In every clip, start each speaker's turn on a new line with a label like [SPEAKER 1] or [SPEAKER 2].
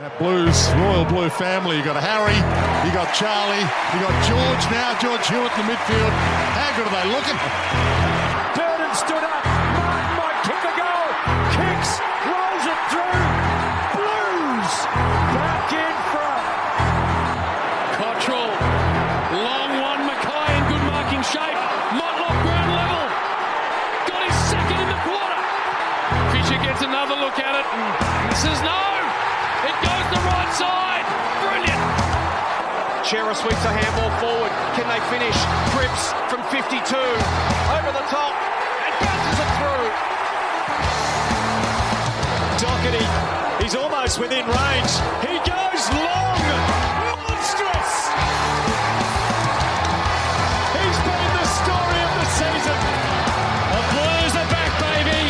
[SPEAKER 1] That Blues, Royal Blue family. You got Harry, you got Charlie, you got George now, George Hewitt in the midfield. How good are they looking?
[SPEAKER 2] Durden stood up. Martin might kick a goal. Kicks, rolls it through. Blues back in front.
[SPEAKER 3] Cottrell, long one. Mackay in good marking shape. Motlop ground level. Got his second in the quarter. Fisher gets another look at it and misses. No! It goes the right side. Brilliant.
[SPEAKER 4] Chera sweeps a handball forward. Can they finish? Grips from 52. Over the top and bounces it through.
[SPEAKER 2] Doherty, he's almost within range. He goes long. Monstrous. He's been the story of the season.
[SPEAKER 3] The Blues are back, baby.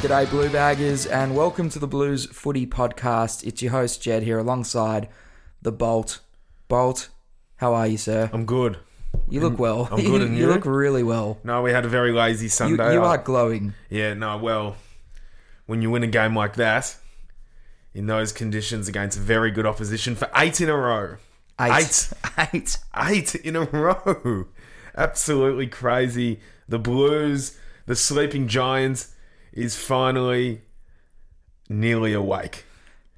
[SPEAKER 5] G'day, Blue Baggers, and welcome to the Blues Footy Podcast. It's your host, Jed, here alongside the Bolt. Bolt, how are you, sir?
[SPEAKER 6] I'm good.
[SPEAKER 5] You look well.
[SPEAKER 6] I'm good, and
[SPEAKER 5] you
[SPEAKER 6] you?
[SPEAKER 5] look really well.
[SPEAKER 6] No, we had a very lazy
[SPEAKER 5] You,
[SPEAKER 6] Sunday.
[SPEAKER 5] you
[SPEAKER 6] I-
[SPEAKER 5] are glowing.
[SPEAKER 6] Yeah, no, well, when you win a game like that, in those conditions against very good opposition for eight in a row.
[SPEAKER 5] Eight. Eight.
[SPEAKER 6] Eight in a row. Absolutely crazy. The Blues, the Sleeping Giants, is finally nearly awake.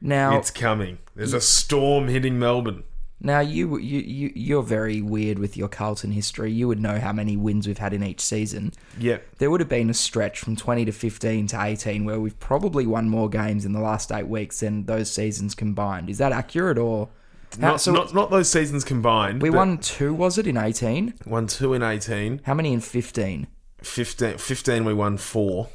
[SPEAKER 5] Now,
[SPEAKER 6] It's coming. There's a storm hitting Melbourne.
[SPEAKER 5] now you, you, you, you're very weird with your Carlton history. You would know how many wins we've had in each season.
[SPEAKER 6] Yep.
[SPEAKER 5] There would have been a stretch from 20 to 15 to 18 where we've probably won more games in the last eight weeks than those seasons combined. Is that accurate or? how-
[SPEAKER 6] Not, not, not those seasons combined.
[SPEAKER 5] we
[SPEAKER 6] but
[SPEAKER 5] won two, was it, in 18?
[SPEAKER 6] Won two in 18.
[SPEAKER 5] How many in 15?
[SPEAKER 6] 15, 15 we won four.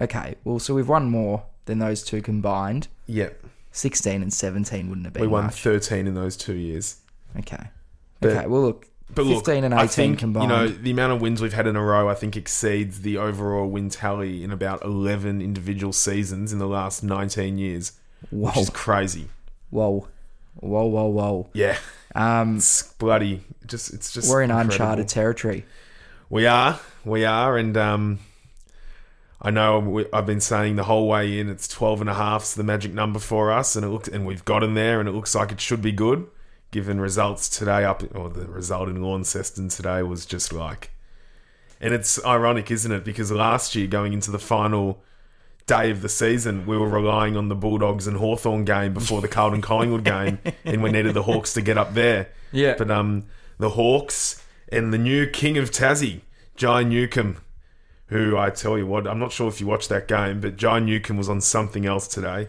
[SPEAKER 5] Okay, well, so we've won more than those two combined.
[SPEAKER 6] Yep.
[SPEAKER 5] 16 and 17 wouldn't have been
[SPEAKER 6] We won
[SPEAKER 5] much.
[SPEAKER 6] 13 in those two years.
[SPEAKER 5] okay.
[SPEAKER 6] But-
[SPEAKER 5] okay, well, look,
[SPEAKER 6] But
[SPEAKER 5] 15
[SPEAKER 6] look,
[SPEAKER 5] and 18
[SPEAKER 6] I think,
[SPEAKER 5] combined.
[SPEAKER 6] You know, the amount of wins we've had in a row, I think, exceeds the overall win tally in about 11 individual seasons in the last 19 years, which
[SPEAKER 5] Whoa.
[SPEAKER 6] is crazy.
[SPEAKER 5] whoa, whoa, whoa, whoa.
[SPEAKER 6] Yeah. Um, it's bloody. Just, it's just.
[SPEAKER 5] We're in
[SPEAKER 6] incredible.
[SPEAKER 5] uncharted territory.
[SPEAKER 6] We are. We are. And um, I know we, I've been saying the whole way in it's 12 and a half's the magic number for us. And it looks, and we've gotten there and it looks like it should be good. Given results today up, or the result in Launceston today was just like. And it's ironic, isn't it? Because last year, going into the final day of the season, we were relying on the Bulldogs and Hawthorn game before the Carlton Collingwood game, and we needed the Hawks to get up there.
[SPEAKER 5] Yeah.
[SPEAKER 6] But um, the Hawks and the new king of Tassie, Jai Newcomb, who I tell you what, I'm not sure if you watched that game, but Jai Newcomb was on something else today.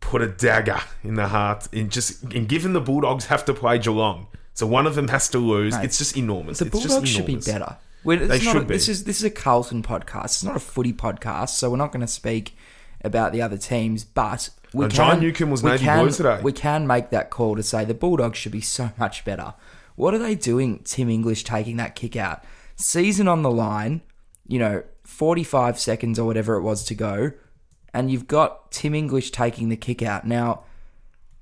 [SPEAKER 6] Put a dagger in the heart, and just and given the Bulldogs have to play Geelong, so one of them has to lose.
[SPEAKER 5] Mate,
[SPEAKER 6] it's just enormous.
[SPEAKER 5] The
[SPEAKER 6] It's just
[SPEAKER 5] Bulldogs should be
[SPEAKER 6] enormous.
[SPEAKER 5] better. We're, it's
[SPEAKER 6] They
[SPEAKER 5] not
[SPEAKER 6] should
[SPEAKER 5] a- This
[SPEAKER 6] be.
[SPEAKER 5] is this is a Carlton podcast. It's not a footy podcast, so we're not going to speak about the other teams. But we
[SPEAKER 6] No,
[SPEAKER 5] can,
[SPEAKER 6] Uh, John Newcombe was
[SPEAKER 5] we
[SPEAKER 6] named
[SPEAKER 5] can,
[SPEAKER 6] Blue today.
[SPEAKER 5] We can make that call to say the Bulldogs should be so much better. What are they doing? Tim English taking that kick out, season on the line. You know, forty-five seconds or whatever it was to go, and you've got Tim English taking the kick out now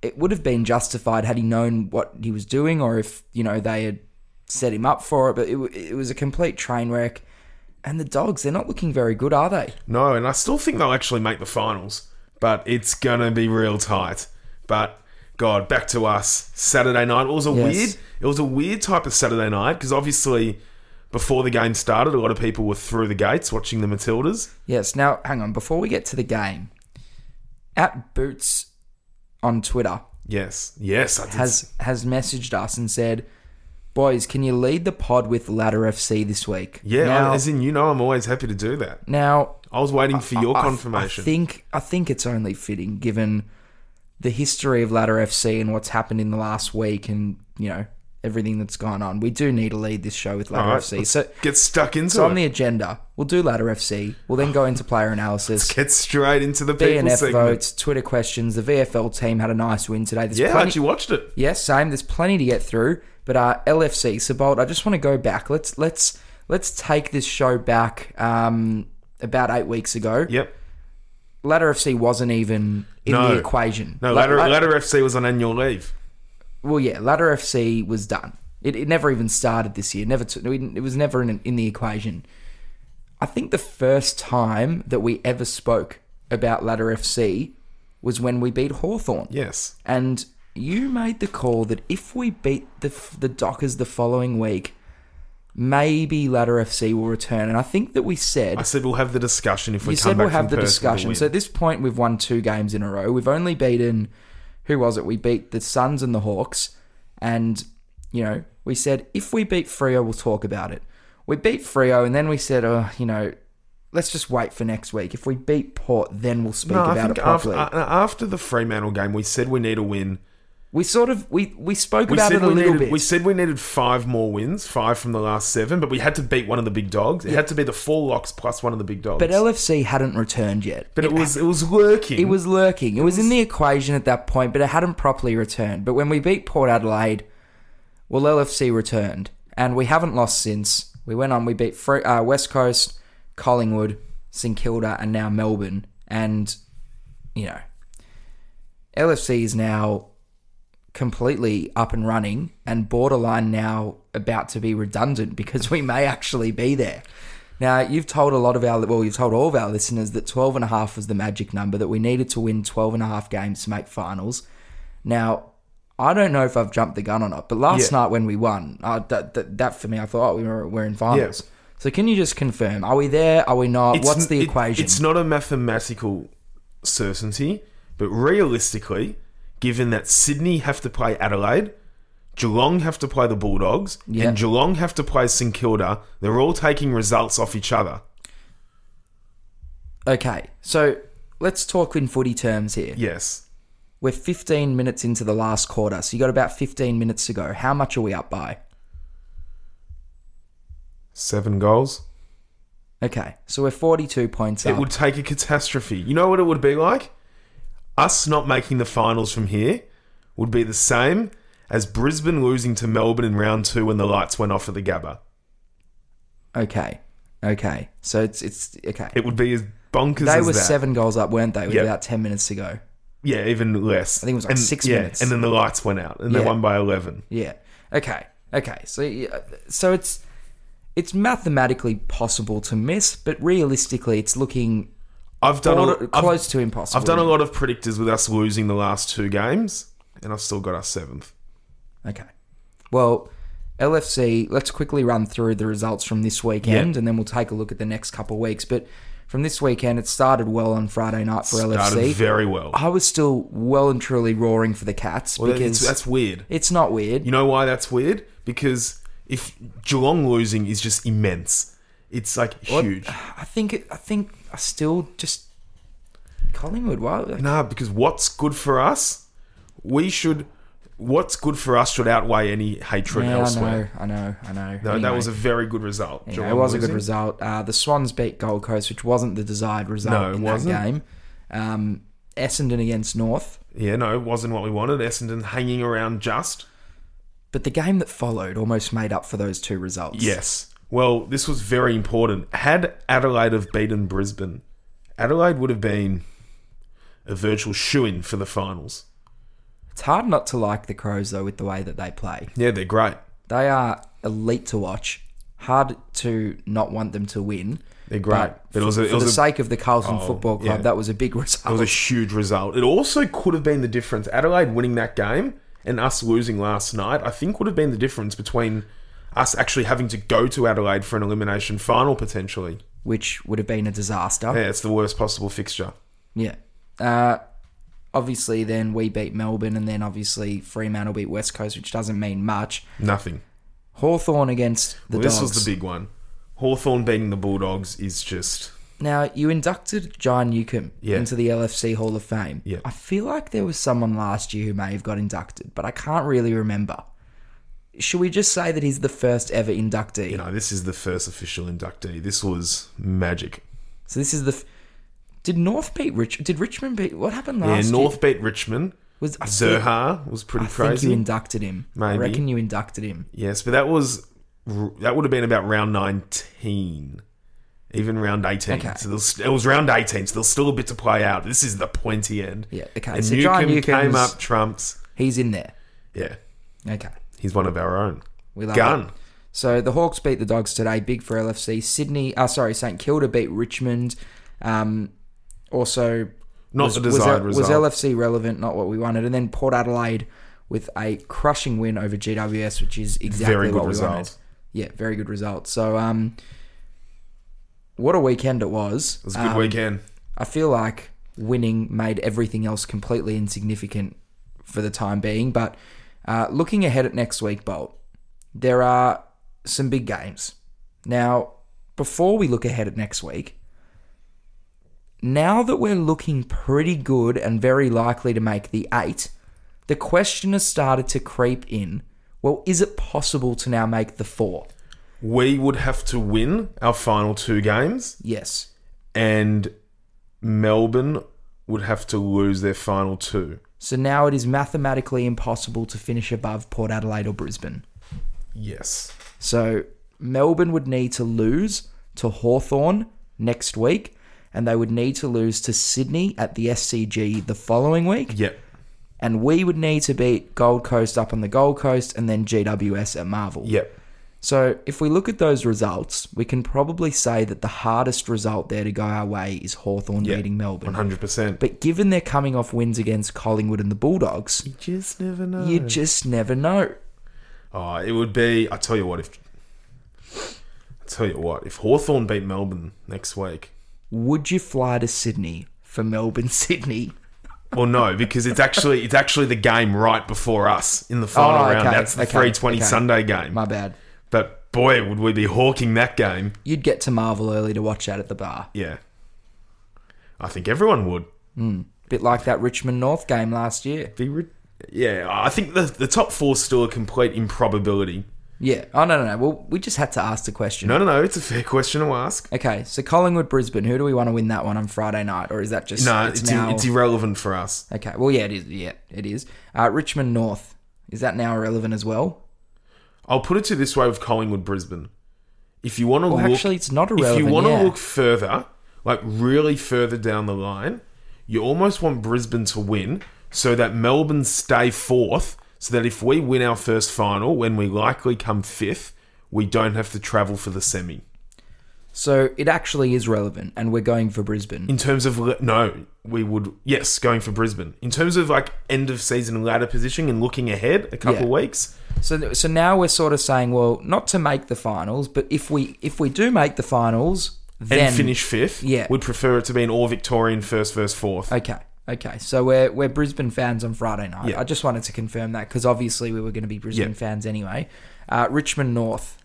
[SPEAKER 5] it would have been justified had he known what he was doing or if you know they had set him up for it but it, w- it was a complete train wreck and the dogs they're not looking very good are they
[SPEAKER 6] No, and I still think they'll actually make the finals, but it's gonna be real tight. But God, back to us Saturday night. It was a
[SPEAKER 5] Yes.
[SPEAKER 6] weird. It was a weird type of Saturday night because obviously before the game started, a lot of people were through the gates watching the Matildas.
[SPEAKER 5] yes now hang on before we get to the game at boots on twitter
[SPEAKER 6] Yes, yes, I did.
[SPEAKER 5] has has messaged us and said boys can you lead the pod with ladder fc this week
[SPEAKER 6] yeah,
[SPEAKER 5] now,
[SPEAKER 6] as in you know, I'm always happy to do that.
[SPEAKER 5] now
[SPEAKER 6] I was waiting for your
[SPEAKER 5] I- I-
[SPEAKER 6] confirmation.
[SPEAKER 5] I think I think it's only fitting given the history of Ladder FC and what's happened in the last week, and you know everything that's gone on. We do need to lead this show with Ladder
[SPEAKER 6] All right,
[SPEAKER 5] FC.
[SPEAKER 6] let's
[SPEAKER 5] So,
[SPEAKER 6] get stuck into
[SPEAKER 5] so on
[SPEAKER 6] it.
[SPEAKER 5] the agenda, we'll do Ladder FC. We'll then go into player analysis,
[SPEAKER 6] get straight into the people
[SPEAKER 5] BNF
[SPEAKER 6] segment.
[SPEAKER 5] votes, Twitter questions. The VFL team had a nice win today. There's
[SPEAKER 6] Yeah, I
[SPEAKER 5] plenty-
[SPEAKER 6] actually watched it.
[SPEAKER 5] Yes, same. There's plenty to get through, but uh, LFC Sabolt. I just want to go back. Let's let's let's take this show back um, about eight weeks ago.
[SPEAKER 6] Yep.
[SPEAKER 5] Ladder FC wasn't even in
[SPEAKER 6] No.
[SPEAKER 5] the equation.
[SPEAKER 6] No,
[SPEAKER 5] La-
[SPEAKER 6] Ladder,
[SPEAKER 5] La-
[SPEAKER 6] Ladder FC was on annual leave.
[SPEAKER 5] Well, yeah, Ladder FC was done. It, it never even started this year. Never, t- it was never in, in the equation. I think the first time that we ever spoke about Ladder FC was when we beat Hawthorn.
[SPEAKER 6] Yes.
[SPEAKER 5] And you made the call that if we beat the the Dockers the following week, maybe Ladder FC will return. And I think that we said
[SPEAKER 6] I said we'll have the discussion if we
[SPEAKER 5] you
[SPEAKER 6] come
[SPEAKER 5] said
[SPEAKER 6] back
[SPEAKER 5] we'll have
[SPEAKER 6] from
[SPEAKER 5] the
[SPEAKER 6] Perth with a
[SPEAKER 5] discussion.
[SPEAKER 6] win.
[SPEAKER 5] So at this point, we've won two games in a row. We've only beaten, who was it? We beat the Suns and the Hawks. And, you know, we said, if we beat Frio, we'll talk about it. We beat Frio, and then we said, oh, you know, let's just wait for next week. If we beat Port, then we'll speak
[SPEAKER 6] no,
[SPEAKER 5] about
[SPEAKER 6] I think
[SPEAKER 5] it
[SPEAKER 6] after,
[SPEAKER 5] properly.
[SPEAKER 6] uh, after the Fremantle game, we said we need a win.
[SPEAKER 5] we sort of, we, we spoke
[SPEAKER 6] We
[SPEAKER 5] about
[SPEAKER 6] said
[SPEAKER 5] it a
[SPEAKER 6] we
[SPEAKER 5] little
[SPEAKER 6] needed,
[SPEAKER 5] bit.
[SPEAKER 6] we said we needed five more wins, five from the last seven, but we had to beat one of the big dogs. It had to be the four locks plus one of the big dogs.
[SPEAKER 5] but LFC hadn't returned yet.
[SPEAKER 6] But it was it was lurking.
[SPEAKER 5] It was lurking. It, was, in the equation at that point, but it hadn't properly returned. But when we beat Port Adelaide, well, LFC returned, and we haven't lost since. We went on. We beat Fre- uh, West Coast, Collingwood, St Kilda, and now Melbourne. And you know, LFC is now completely up and running, and borderline now about to be redundant because we may actually be there. Now, you've told a lot of our, well, you've told all of our listeners that 12 and a half was the magic number, that we needed to win 12 and a half games to make finals. Now, I don't know if I've jumped the gun or not, but last
[SPEAKER 6] Yeah.
[SPEAKER 5] night when we won, uh, that, that, that for me, I thought, oh, we were, we're in finals.
[SPEAKER 6] Yeah.
[SPEAKER 5] So can you just confirm, are we there? Are we not?
[SPEAKER 6] It's
[SPEAKER 5] What's
[SPEAKER 6] n-
[SPEAKER 5] the
[SPEAKER 6] it-
[SPEAKER 5] equation?
[SPEAKER 6] It's not a mathematical certainty, but realistically, given that Sydney have to play Adelaide, Geelong have to play the Bulldogs,
[SPEAKER 5] Yeah.
[SPEAKER 6] and Geelong have to play St Kilda, they're all taking results off each other.
[SPEAKER 5] Okay, so let's talk in footy terms here.
[SPEAKER 6] Yes.
[SPEAKER 5] We're 15 minutes into the last quarter, so you got about 15 minutes to go. How much are we up by?
[SPEAKER 6] Seven goals.
[SPEAKER 5] Okay, so we're 42 points
[SPEAKER 6] It
[SPEAKER 5] up.
[SPEAKER 6] would take a catastrophe. You know what it would be like? Us not making the finals from here would be the same as Brisbane losing to Melbourne in round two when the lights went off at the Gabba.
[SPEAKER 5] Okay, okay, so it's it's okay.
[SPEAKER 6] It would be as bonkers
[SPEAKER 5] they
[SPEAKER 6] as
[SPEAKER 5] were
[SPEAKER 6] that.
[SPEAKER 5] seven goals up, weren't they? With
[SPEAKER 6] Yep.
[SPEAKER 5] about 10 minutes to go.
[SPEAKER 6] Yeah, even less. I
[SPEAKER 5] think it was like six
[SPEAKER 6] yeah,
[SPEAKER 5] minutes.
[SPEAKER 6] And then the lights went out, and
[SPEAKER 5] Yeah.
[SPEAKER 6] they won by eleven.
[SPEAKER 5] Yeah. Okay. Okay. So yeah, so it's it's mathematically possible to miss, but realistically, it's looking
[SPEAKER 6] I've done a,
[SPEAKER 5] border-
[SPEAKER 6] I've-
[SPEAKER 5] close to impossible.
[SPEAKER 6] I've done a lot of predictors with us losing the last two games, and I've still got us seventh.
[SPEAKER 5] Okay. Well, LFC, let's quickly run through the results from this weekend
[SPEAKER 6] Yeah.
[SPEAKER 5] and then we'll take a look at the next couple of weeks. But from this weekend, it started well on Friday night for LFC.
[SPEAKER 6] Started very well.
[SPEAKER 5] I was still well and truly roaring for the Cats
[SPEAKER 6] Well,
[SPEAKER 5] because
[SPEAKER 6] that's, that's weird.
[SPEAKER 5] it's not weird.
[SPEAKER 6] You know why that's weird? Because if Geelong losing is just immense, it's like huge.
[SPEAKER 5] I think, it, I think I still just. Collingwood, why?
[SPEAKER 6] Nah, because what's good for us, we should. What's good for us should outweigh any hatred
[SPEAKER 5] Yeah, I know,
[SPEAKER 6] elsewhere.
[SPEAKER 5] I know, I know.
[SPEAKER 6] No, that
[SPEAKER 5] Anyway.
[SPEAKER 6] was a very good result.
[SPEAKER 5] Yeah, it
[SPEAKER 6] Geelong
[SPEAKER 5] was a good
[SPEAKER 6] losing.
[SPEAKER 5] result. Uh, the Swans beat Gold Coast, which wasn't the desired result
[SPEAKER 6] No, it
[SPEAKER 5] in
[SPEAKER 6] wasn't.
[SPEAKER 5] that game. Um, Essendon against North.
[SPEAKER 6] Yeah, no, it wasn't what we wanted. Essendon hanging around just.
[SPEAKER 5] But the game that followed almost made up for those two results.
[SPEAKER 6] Yes. Well, this was very important. Had Adelaide have beaten Brisbane, Adelaide would have been a virtual shoo-in for the finals.
[SPEAKER 5] It's hard not to like the Crows, though, with the way that they play.
[SPEAKER 6] Yeah, they're great.
[SPEAKER 5] They are elite to watch. Hard to not want them to win.
[SPEAKER 6] They're great. But, it was a, it
[SPEAKER 5] For
[SPEAKER 6] was
[SPEAKER 5] the
[SPEAKER 6] a,
[SPEAKER 5] sake of the Carlton
[SPEAKER 6] Oh,
[SPEAKER 5] Football Club,
[SPEAKER 6] yeah.
[SPEAKER 5] that was a big
[SPEAKER 6] it
[SPEAKER 5] result.
[SPEAKER 6] was a huge result. It also could have been the difference. Adelaide winning that game and us losing last night, I think, would have been the difference between us actually having to go to Adelaide for an elimination final potentially.
[SPEAKER 5] which would have been a disaster.
[SPEAKER 6] Yeah, it's the worst possible fixture.
[SPEAKER 5] Yeah. Uh, obviously, then we beat Melbourne, and then obviously Fremantle beat West Coast, which doesn't mean much.
[SPEAKER 6] Nothing.
[SPEAKER 5] Hawthorn against the
[SPEAKER 6] Well, this
[SPEAKER 5] Dogs.
[SPEAKER 6] was the big one. Hawthorn beating the Bulldogs is just.
[SPEAKER 5] Now, you inducted John Newcomb
[SPEAKER 6] Yeah.
[SPEAKER 5] into the LFC Hall of Fame.
[SPEAKER 6] Yeah.
[SPEAKER 5] I feel like there was someone last year who may have got inducted, but I can't really remember. Should we just say that he's the first ever inductee?
[SPEAKER 6] You know, this is the first official inductee. This was magic.
[SPEAKER 5] So this is the. F- did North beat Rich? Did Richmond beat? What happened
[SPEAKER 6] Yeah,
[SPEAKER 5] last
[SPEAKER 6] North
[SPEAKER 5] year?
[SPEAKER 6] beat Richmond.
[SPEAKER 5] Was I think,
[SPEAKER 6] Zerha was pretty
[SPEAKER 5] I think
[SPEAKER 6] crazy.
[SPEAKER 5] you inducted him. I
[SPEAKER 6] Maybe.
[SPEAKER 5] reckon you inducted him.
[SPEAKER 6] yes, but that was that would have been about round nineteen, even round eighteen.
[SPEAKER 5] Okay.
[SPEAKER 6] So there was, it was round eighteen. So there's still a bit to play out. This is the pointy end.
[SPEAKER 5] Yeah, okay,
[SPEAKER 6] And
[SPEAKER 5] so John
[SPEAKER 6] Newcomb came
[SPEAKER 5] Newcomb's-
[SPEAKER 6] up trumps.
[SPEAKER 5] He's in there.
[SPEAKER 6] Yeah,
[SPEAKER 5] Okay.
[SPEAKER 6] he's one of our own.
[SPEAKER 5] We love
[SPEAKER 6] Gun.
[SPEAKER 5] it. So the Hawks beat the Dogs today. Big for LFC. Sydney, uh, sorry, St Kilda beat Richmond. Um, also,
[SPEAKER 6] Not
[SPEAKER 5] was,
[SPEAKER 6] the desired
[SPEAKER 5] was, was
[SPEAKER 6] result.
[SPEAKER 5] LFC relevant? Not what we wanted. And then Port Adelaide with a crushing win over GWS, which is exactly
[SPEAKER 6] Very good
[SPEAKER 5] what we
[SPEAKER 6] result.
[SPEAKER 5] wanted. Yeah, very good result. So, um, what a weekend it was.
[SPEAKER 6] It was a good weekend.
[SPEAKER 5] I feel like winning made everything else completely insignificant for the time being. But uh, looking ahead at next week, Bolt, there are some big games. Now, before we look ahead at next week, now that we're looking pretty good and very likely to make the eight, the question has started to creep in. Well, is it possible to now make the four?
[SPEAKER 6] We would have to win our final two games,
[SPEAKER 5] Yes.
[SPEAKER 6] and Melbourne would have to lose their final two.
[SPEAKER 5] So now it is mathematically impossible to finish above Port Adelaide or Brisbane.
[SPEAKER 6] Yes.
[SPEAKER 5] So Melbourne would need to lose to Hawthorn next week, and they would need to lose to Sydney at the SCG the following week.
[SPEAKER 6] Yep.
[SPEAKER 5] And we would need to beat Gold Coast up on the Gold Coast and then GWS at Marvel.
[SPEAKER 6] Yep.
[SPEAKER 5] So if we look at those results, we can probably say that the hardest result there to go our way is Hawthorn
[SPEAKER 6] yep.
[SPEAKER 5] beating Melbourne.
[SPEAKER 6] 100%.
[SPEAKER 5] But given they're coming off wins against Collingwood and the Bulldogs,
[SPEAKER 6] you just never know.
[SPEAKER 5] you just never know.
[SPEAKER 6] Oh, it would be. I tell you what, if I tell you what, if Hawthorn beat Melbourne next week,
[SPEAKER 5] Would you fly to Sydney for Melbourne Sydney?
[SPEAKER 6] well, no, because it's actually it's actually the game right before us in the final
[SPEAKER 5] Oh, okay,
[SPEAKER 6] round. That's the
[SPEAKER 5] okay,
[SPEAKER 6] three twenty
[SPEAKER 5] okay.
[SPEAKER 6] Sunday game.
[SPEAKER 5] My bad.
[SPEAKER 6] But boy, would we be hawking that game?
[SPEAKER 5] You'd get to Marvel early to watch that at the bar.
[SPEAKER 6] Yeah, I think everyone would
[SPEAKER 5] Bit like that Richmond North game last year.
[SPEAKER 6] be. Re- yeah, I think the the top four still a complete improbability.
[SPEAKER 5] Yeah. Oh no no no. Well, we just had to ask the question.
[SPEAKER 6] No, no, no. It's a fair question to ask.
[SPEAKER 5] Okay, so Collingwood Brisbane. Who do we want to win that one on Friday night, or is that just
[SPEAKER 6] No, it's,
[SPEAKER 5] now?
[SPEAKER 6] it's irrelevant for us.
[SPEAKER 5] okay. Well, yeah, it is. Yeah, it is. Uh, Richmond North. Is that now irrelevant as well?
[SPEAKER 6] I'll put it to you this way with Collingwood Brisbane. If you want to look,
[SPEAKER 5] actually, it's not
[SPEAKER 6] If you
[SPEAKER 5] irrelevant,
[SPEAKER 6] want
[SPEAKER 5] yeah.
[SPEAKER 6] to look further, like really further down the line, you almost want Brisbane to win so that Melbourne stay fourth, so that if we win our first final, when we likely come fifth, we don't have to travel for the semi.
[SPEAKER 5] So it actually is relevant, and we're going for Brisbane.
[SPEAKER 6] In terms of le- no, we would yes going for Brisbane. In terms of like end of season ladder positioning and looking ahead a couple
[SPEAKER 5] Yeah.
[SPEAKER 6] weeks,
[SPEAKER 5] So, th- so now we're sort of saying, well, not to make the finals, but if we if we do make the finals,
[SPEAKER 6] and
[SPEAKER 5] then
[SPEAKER 6] finish fifth,
[SPEAKER 5] yeah.
[SPEAKER 6] we'd prefer it to be an all Victorian first versus fourth.
[SPEAKER 5] Okay, okay. So we're we're Brisbane fans on Friday night.
[SPEAKER 6] Yeah.
[SPEAKER 5] I just wanted to confirm that because obviously we were going to be Brisbane
[SPEAKER 6] Yeah.
[SPEAKER 5] fans anyway. Uh, Richmond North,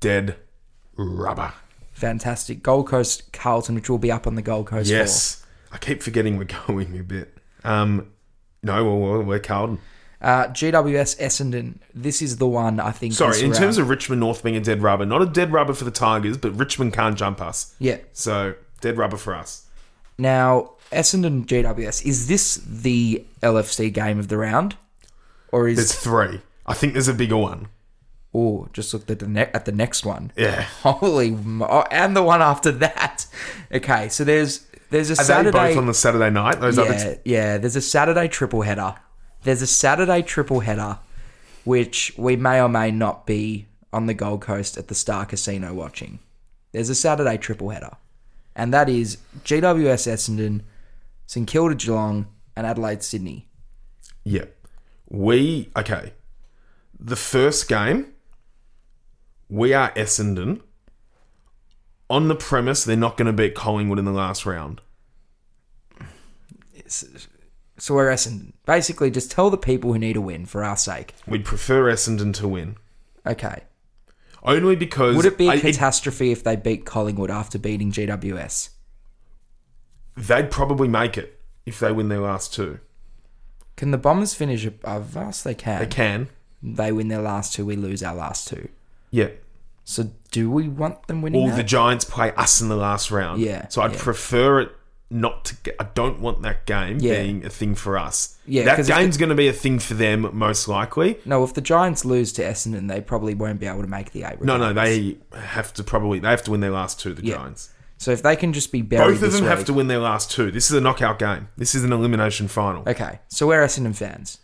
[SPEAKER 6] dead rubber.
[SPEAKER 5] fantastic. Gold Coast Carlton, which will be up on the Gold Coast.
[SPEAKER 6] Yes. I keep forgetting we're going a bit. Um, no, well, well, we're Carlton.
[SPEAKER 5] floor. Uh, GWS Essendon. This is the one I think.
[SPEAKER 6] Sorry,
[SPEAKER 5] this
[SPEAKER 6] in terms
[SPEAKER 5] round-
[SPEAKER 6] of Richmond North being a dead rubber, not a dead rubber for the Tigers, but Richmond can't jump us.
[SPEAKER 5] yeah.
[SPEAKER 6] So, dead rubber for us.
[SPEAKER 5] Now Essendon GWS is this the LFC game of the round, or is
[SPEAKER 6] There's three. I think there's a bigger one.
[SPEAKER 5] Oh, just looked at the ne- at the next one.
[SPEAKER 6] Yeah.
[SPEAKER 5] Holy, mo- oh, and the one after that. Okay, so there's there's a
[SPEAKER 6] Are
[SPEAKER 5] Saturday.
[SPEAKER 6] they both on the Saturday night? Those other
[SPEAKER 5] yeah,
[SPEAKER 6] t-
[SPEAKER 5] yeah. There's a Saturday triple header. There's a Saturday triple header, which we may or may not be on the Gold Coast at the Star Casino watching. There's a Saturday triple header, and that is GWS Essendon, St Kilda Geelong, and Adelaide Sydney.
[SPEAKER 6] Yeah. We, okay. The first game, we are Essendon on the premise they're not going to beat Collingwood in the last round.
[SPEAKER 5] So we're Essendon. Basically, just tell the people who need a win for our sake.
[SPEAKER 6] We'd prefer Essendon to win.
[SPEAKER 5] Okay.
[SPEAKER 6] Only because
[SPEAKER 5] Would it be a
[SPEAKER 6] I-
[SPEAKER 5] catastrophe if they beat Collingwood after beating GWS?
[SPEAKER 6] they'd probably make it if they win their last two.
[SPEAKER 5] Can the Bombers finish above us? They can.
[SPEAKER 6] They can.
[SPEAKER 5] They win their last two, we lose our last two.
[SPEAKER 6] Yeah.
[SPEAKER 5] So do we want them winning
[SPEAKER 6] All
[SPEAKER 5] that?
[SPEAKER 6] the Giants play us in the last round.
[SPEAKER 5] Yeah,
[SPEAKER 6] So I'd
[SPEAKER 5] yeah.
[SPEAKER 6] prefer it not to get. I don't want that game
[SPEAKER 5] Yeah.
[SPEAKER 6] being a thing for us.
[SPEAKER 5] Yeah,
[SPEAKER 6] That
[SPEAKER 5] 'cause if
[SPEAKER 6] game's going to be a thing for them most likely.
[SPEAKER 5] no, if the Giants lose to Essendon, they probably won't be able to make the eight.
[SPEAKER 6] No, no,
[SPEAKER 5] regardless.
[SPEAKER 6] they have to probably they have to win their last two. The
[SPEAKER 5] Yeah.
[SPEAKER 6] Giants.
[SPEAKER 5] So if they can just be buried,
[SPEAKER 6] Both of
[SPEAKER 5] this
[SPEAKER 6] them have
[SPEAKER 5] week-
[SPEAKER 6] to win their last two. This is a knockout game. This is an elimination final.
[SPEAKER 5] Okay, so we're Essendon fans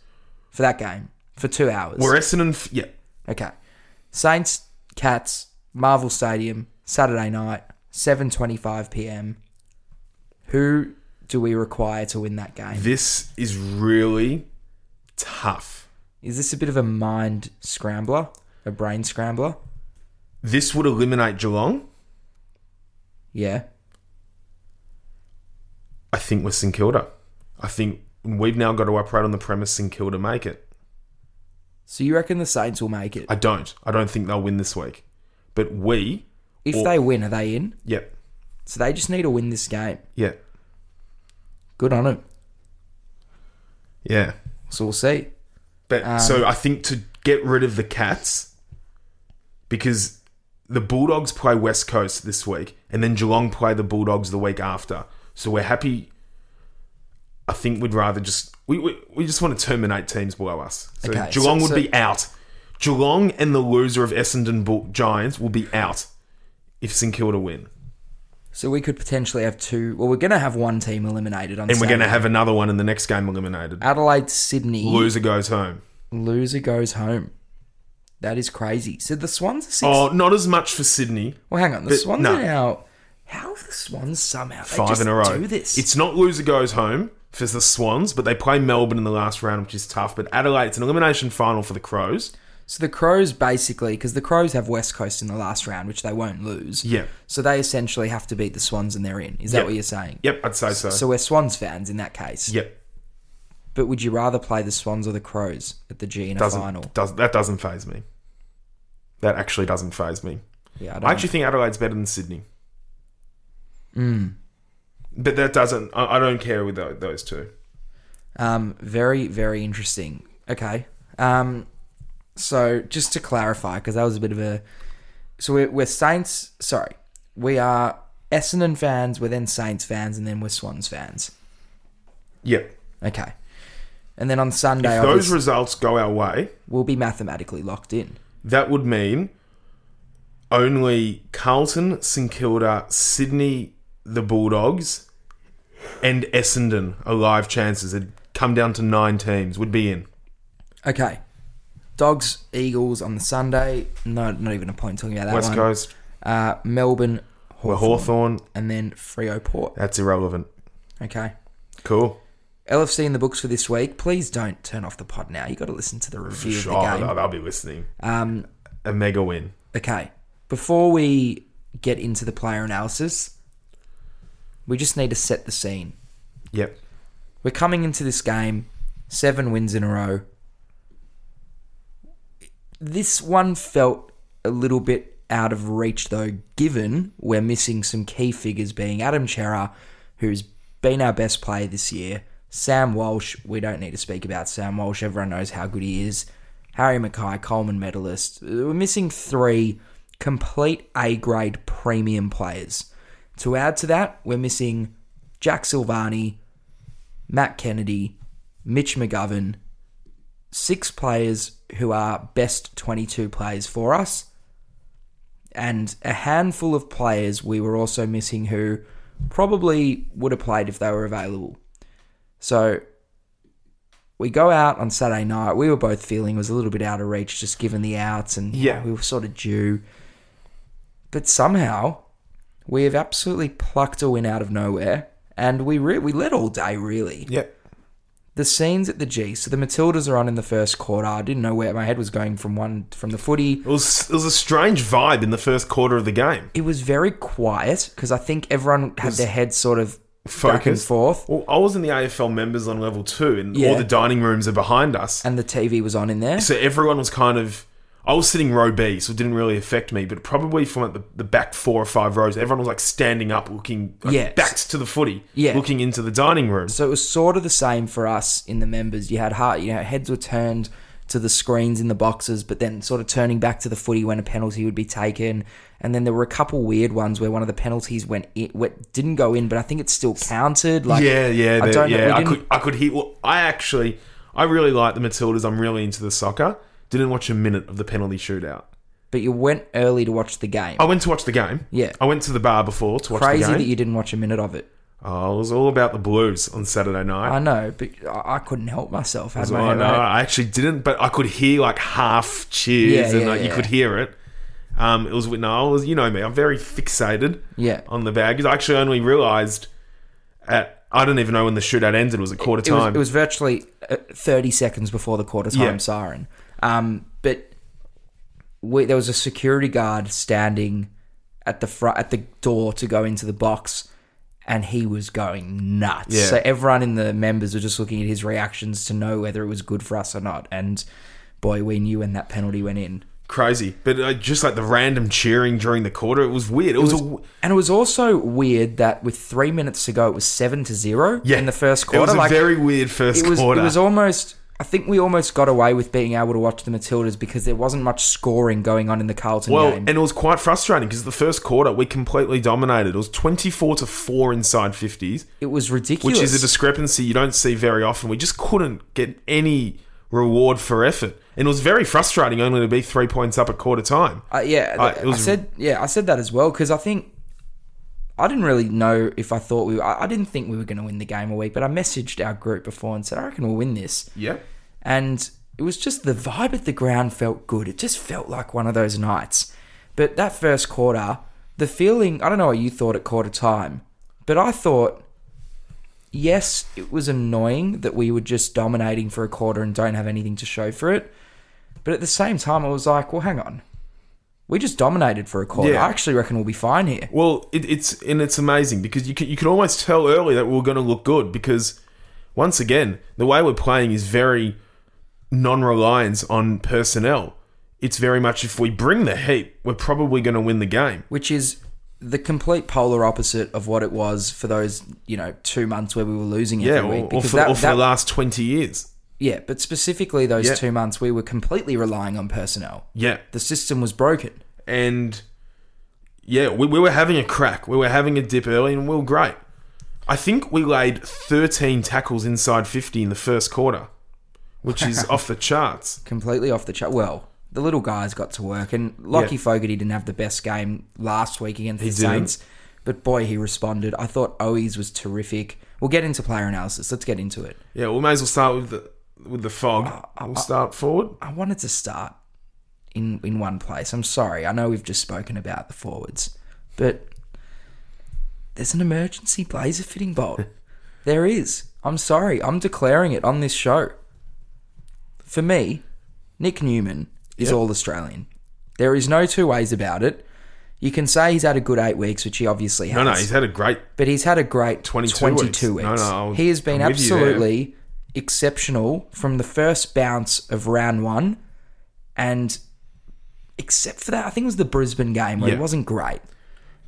[SPEAKER 5] for that game for two hours.
[SPEAKER 6] We're Essendon. F- yeah.
[SPEAKER 5] okay, Saints Cats, Marvel Stadium, Saturday night, 7:25 p.m. Who do we require to win that game?
[SPEAKER 6] This is really tough.
[SPEAKER 5] Is this a bit of a mind scrambler, a brain scrambler?
[SPEAKER 6] This would eliminate Geelong.
[SPEAKER 5] Yeah.
[SPEAKER 6] I think we're St Kilda. I think we've now got to operate on the premise St Kilda make it.
[SPEAKER 5] So you reckon the Saints will make it?
[SPEAKER 6] I don't. I don't think they'll win this week. But we,
[SPEAKER 5] If
[SPEAKER 6] or-
[SPEAKER 5] they win, are they in?
[SPEAKER 6] yep,
[SPEAKER 5] So they just need to win this game.
[SPEAKER 6] yep,
[SPEAKER 5] Good on them.
[SPEAKER 6] yeah.
[SPEAKER 5] So we'll see.
[SPEAKER 6] But
[SPEAKER 5] Um,
[SPEAKER 6] so I think to get rid of the Cats, because the Bulldogs play West Coast this week, and then Geelong play the Bulldogs the week after. So we're happy. I think we'd rather just we we, we just want to terminate teams below us. So
[SPEAKER 5] Okay, so-
[SPEAKER 6] Geelong would
[SPEAKER 5] so-
[SPEAKER 6] be out. Geelong and the loser of Essendon Bull- Giants will be out if St Kilda win,
[SPEAKER 5] So we could potentially have two. Well, we're going to have one team eliminated on.
[SPEAKER 6] and we're going to
[SPEAKER 5] Saturday.
[SPEAKER 6] have another one in the next game eliminated.
[SPEAKER 5] Adelaide Sydney
[SPEAKER 6] Loser goes home.
[SPEAKER 5] loser goes home. That is crazy. So the Swans are six.
[SPEAKER 6] Oh, not as much for Sydney.
[SPEAKER 5] well, hang on. The
[SPEAKER 6] but
[SPEAKER 5] Swans
[SPEAKER 6] no.
[SPEAKER 5] are now. How have the Swans somehow they
[SPEAKER 6] five
[SPEAKER 5] just
[SPEAKER 6] in a row.
[SPEAKER 5] do this?
[SPEAKER 6] It's not loser goes home for the Swans, but they play Melbourne in the last round, which is tough. But Adelaide, it's an elimination final for the Crows.
[SPEAKER 5] So the Crows basically, because the Crows have West Coast in the last round, which they won't lose.
[SPEAKER 6] Yeah.
[SPEAKER 5] So they essentially have to beat the Swans and they're in. Is that
[SPEAKER 6] Yep.
[SPEAKER 5] what you're saying?
[SPEAKER 6] Yep, I'd say so.
[SPEAKER 5] So we're Swans fans in that case.
[SPEAKER 6] yep,
[SPEAKER 5] But would you rather play the Swans or the Crows at the G in a
[SPEAKER 6] doesn't
[SPEAKER 5] final?
[SPEAKER 6] does that doesn't phase me. That actually doesn't phase me.
[SPEAKER 5] Yeah, I
[SPEAKER 6] I
[SPEAKER 5] don't.
[SPEAKER 6] actually think Adelaide's better than Sydney.
[SPEAKER 5] Hmm.
[SPEAKER 6] Mm. But that doesn't. I, I don't care with tho- those two.
[SPEAKER 5] um, very very interesting. Okay. Um, so just to clarify, because that was a bit of a. So we're, we're Saints. Sorry, we are Essendon fans. We're then Saints fans, and then we're Swans fans.
[SPEAKER 6] Yep.
[SPEAKER 5] Okay. And then on Sunday,
[SPEAKER 6] If those
[SPEAKER 5] obviously-
[SPEAKER 6] results go our way,
[SPEAKER 5] we'll be mathematically locked in.
[SPEAKER 6] that would mean only Carlton, St Kilda, Sydney, the Bulldogs, and Essendon are live chances. It'd come down to nine teams. Would be in.
[SPEAKER 5] Okay. Dogs, Eagles on the Sunday. No, not even a point talking about that
[SPEAKER 6] West
[SPEAKER 5] one.
[SPEAKER 6] Coast,
[SPEAKER 5] Uh, Melbourne,
[SPEAKER 6] we're
[SPEAKER 5] Hawthorn,
[SPEAKER 6] Hawthorn.
[SPEAKER 5] and then Frio Port.
[SPEAKER 6] That's irrelevant.
[SPEAKER 5] Okay.
[SPEAKER 6] Cool.
[SPEAKER 5] LFC in the books for this week. Please don't turn off the pod now. you got to listen to the review
[SPEAKER 6] Sure,
[SPEAKER 5] of the game.
[SPEAKER 6] Oh, I'll, I'll be listening. Um, a mega win.
[SPEAKER 5] Okay. Before we get into the player analysis, we just need to set the scene.
[SPEAKER 6] Yep.
[SPEAKER 5] We're coming into this game, seven wins in a row. This one felt a little bit out of reach, though, given we're missing some key figures, being Adam Chera, who's been our best player this year, Sam Walsh. We don't need to speak about Sam Walsh, everyone knows how good he is. Harry Mackay, Coleman medalist. We're missing three complete A grade premium players. To add to that, we're missing Jack Silvani, Matt Kennedy, Mitch McGovern, six players who are best 22 players for us, and a handful of players we were also missing who probably would have played if they were available. So we go out on Saturday night. We were both feeling it was a little bit out of reach just given the outs and
[SPEAKER 6] Yeah.
[SPEAKER 5] we were sort of due. But somehow we have absolutely plucked a win out of nowhere and we re- we led all day really
[SPEAKER 6] Yep.
[SPEAKER 5] the scenes at the G. So the Matildas are on in the first quarter. I didn't know where my head was going from one from the footy.
[SPEAKER 6] It was it was a strange vibe in the first quarter of the game.
[SPEAKER 5] It was very quiet because I think everyone had their heads sort of back and
[SPEAKER 6] Focused.
[SPEAKER 5] forth,
[SPEAKER 6] Well, I was in the AFL members on level two, and
[SPEAKER 5] Yeah.
[SPEAKER 6] all the dining rooms are behind us.
[SPEAKER 5] and the TV was on in there.
[SPEAKER 6] so everyone was kind of I was sitting row B, so it didn't really affect me, but probably from like the, the back four or five rows, everyone was like standing up, looking like,
[SPEAKER 5] Yes.
[SPEAKER 6] backs to the footy,
[SPEAKER 5] Yeah.
[SPEAKER 6] looking into the dining room.
[SPEAKER 5] So it was sort of the same for us in the members. You had heart, you know, heads were turned to the screens in the boxes, but then sort of turning back to the footy when a penalty would be taken. And then there were a couple weird ones where one of the penalties went in, went, didn't go in, but I think it still counted. Like
[SPEAKER 6] yeah, yeah,
[SPEAKER 5] I
[SPEAKER 6] the-
[SPEAKER 5] don't know.
[SPEAKER 6] yeah.
[SPEAKER 5] we
[SPEAKER 6] I
[SPEAKER 5] didn't-
[SPEAKER 6] could, I could hear. Well, I actually, I really like the Matildas. I'm really into the soccer. Didn't watch a minute of the penalty shootout.
[SPEAKER 5] but you went early to watch the game.
[SPEAKER 6] I went to watch the game.
[SPEAKER 5] Yeah.
[SPEAKER 6] I went to the bar before to watch the
[SPEAKER 5] Crazy
[SPEAKER 6] game.
[SPEAKER 5] that you didn't watch a minute of it.
[SPEAKER 6] oh, it was all about the Blues on Saturday night.
[SPEAKER 5] I know, but I I couldn't help myself. Had
[SPEAKER 6] So
[SPEAKER 5] my
[SPEAKER 6] I,
[SPEAKER 5] head
[SPEAKER 6] Oh, no,
[SPEAKER 5] on it.
[SPEAKER 6] I actually didn't, but I could hear like half cheers
[SPEAKER 5] Yeah,
[SPEAKER 6] and
[SPEAKER 5] yeah,
[SPEAKER 6] like, you
[SPEAKER 5] yeah.
[SPEAKER 6] could hear it. Um, it was with Niall. You know me. I'm very fixated
[SPEAKER 5] Yeah.
[SPEAKER 6] on the bag. 'Cause I actually only realised at I don't even know when the shootout ended. It was a quarter
[SPEAKER 5] It was,
[SPEAKER 6] time.
[SPEAKER 5] it was virtually uh, 30 seconds before the quarter time
[SPEAKER 6] Yeah.
[SPEAKER 5] siren. Um, but we, there was a security guard standing at the front at the door to go into the box, and he was going nuts.
[SPEAKER 6] Yeah.
[SPEAKER 5] So everyone in the members were just looking at his reactions to know whether it was good for us or not. And boy, we knew when that penalty went in.
[SPEAKER 6] crazy. But uh, just like the random cheering during the quarter, it was weird. It, was, a w
[SPEAKER 5] And it was also weird that with three minutes to go, it was seven to zero
[SPEAKER 6] yeah
[SPEAKER 5] in the first
[SPEAKER 6] It
[SPEAKER 5] quarter.
[SPEAKER 6] was a
[SPEAKER 5] like,
[SPEAKER 6] very weird first
[SPEAKER 5] it was
[SPEAKER 6] quarter.
[SPEAKER 5] it was almost I think we almost got away with being able to watch the Matildas because there wasn't much scoring going on in the Carlton
[SPEAKER 6] well,
[SPEAKER 5] game.
[SPEAKER 6] and it was quite frustrating because the first quarter we completely dominated. It was 24 to 4 inside 50s,
[SPEAKER 5] it was ridiculous.
[SPEAKER 6] which is a discrepancy you don't see very often. We just couldn't get any reward for effort. And it was very frustrating only to be three points up at quarter time.
[SPEAKER 5] Uh, yeah,
[SPEAKER 6] Uh,
[SPEAKER 5] th-
[SPEAKER 6] it was-
[SPEAKER 5] I said yeah, I said that as well because I think I didn't really know if I thought we were, I I didn't think we were going to win the game a week, but I messaged our group before and said I reckon we'll win this.
[SPEAKER 6] yeah.
[SPEAKER 5] and it was just the vibe at the ground felt good. It just felt like one of those nights. But that first quarter, the feeling I don't know what you thought at quarter time, but I thought, yes, it was annoying that we were just dominating for a quarter and don't have anything to show for it. But at the same time, I was like, well, hang on. We just dominated for a quarter.
[SPEAKER 6] Yeah.
[SPEAKER 5] I actually reckon we'll be fine here.
[SPEAKER 6] Well, it, it's and it's amazing because you can, you can almost tell early that we are going to look good because once again the way we're playing is very non-reliance on personnel. It's very much if we bring the heat, we're probably going to win the game.
[SPEAKER 5] which is the complete polar opposite of what it was for those you know two months where we were losing
[SPEAKER 6] Yeah,
[SPEAKER 5] every
[SPEAKER 6] or,
[SPEAKER 5] week
[SPEAKER 6] or
[SPEAKER 5] because
[SPEAKER 6] for,
[SPEAKER 5] that,
[SPEAKER 6] or for
[SPEAKER 5] that-
[SPEAKER 6] the last twenty years.
[SPEAKER 5] yeah but specifically those
[SPEAKER 6] Yeah.
[SPEAKER 5] two months we were completely relying on personnel
[SPEAKER 6] Yeah,
[SPEAKER 5] the system was broken
[SPEAKER 6] and yeah, we, we were having a crack. We were having a dip early, and we were great. I think we laid thirteen tackles inside fifty in the first quarter, which is off the charts.
[SPEAKER 5] completely off the chart well the little guys got to work and Lockie Fogarty didn't have the best game last week against the
[SPEAKER 6] didn't.
[SPEAKER 5] Saints but boy he responded I thought Owies was terrific we'll get into player analysis let's get into it
[SPEAKER 6] Yeah, we may as well start with the with the fog. We'll start forward.
[SPEAKER 5] I wanted to start in in one place. I'm sorry. I know we've just spoken about the forwards, but there's an emergency blazer fitting bolt. there is. I'm sorry. I'm declaring it on this show. For me, Nick Newman is all Australian. There is no two ways about it. You can say he's had a good eight weeks, which he obviously has.
[SPEAKER 6] No, no, he's had a great.
[SPEAKER 5] But he's had a great
[SPEAKER 6] 22
[SPEAKER 5] 22,
[SPEAKER 6] weeks.
[SPEAKER 5] weeks.
[SPEAKER 6] No, no, I'll-
[SPEAKER 5] he has been
[SPEAKER 6] I'm with you there.
[SPEAKER 5] absolutely exceptional from the first bounce of round one. And except for that, I think it was the Brisbane game where
[SPEAKER 6] Yeah.
[SPEAKER 5] he wasn't great.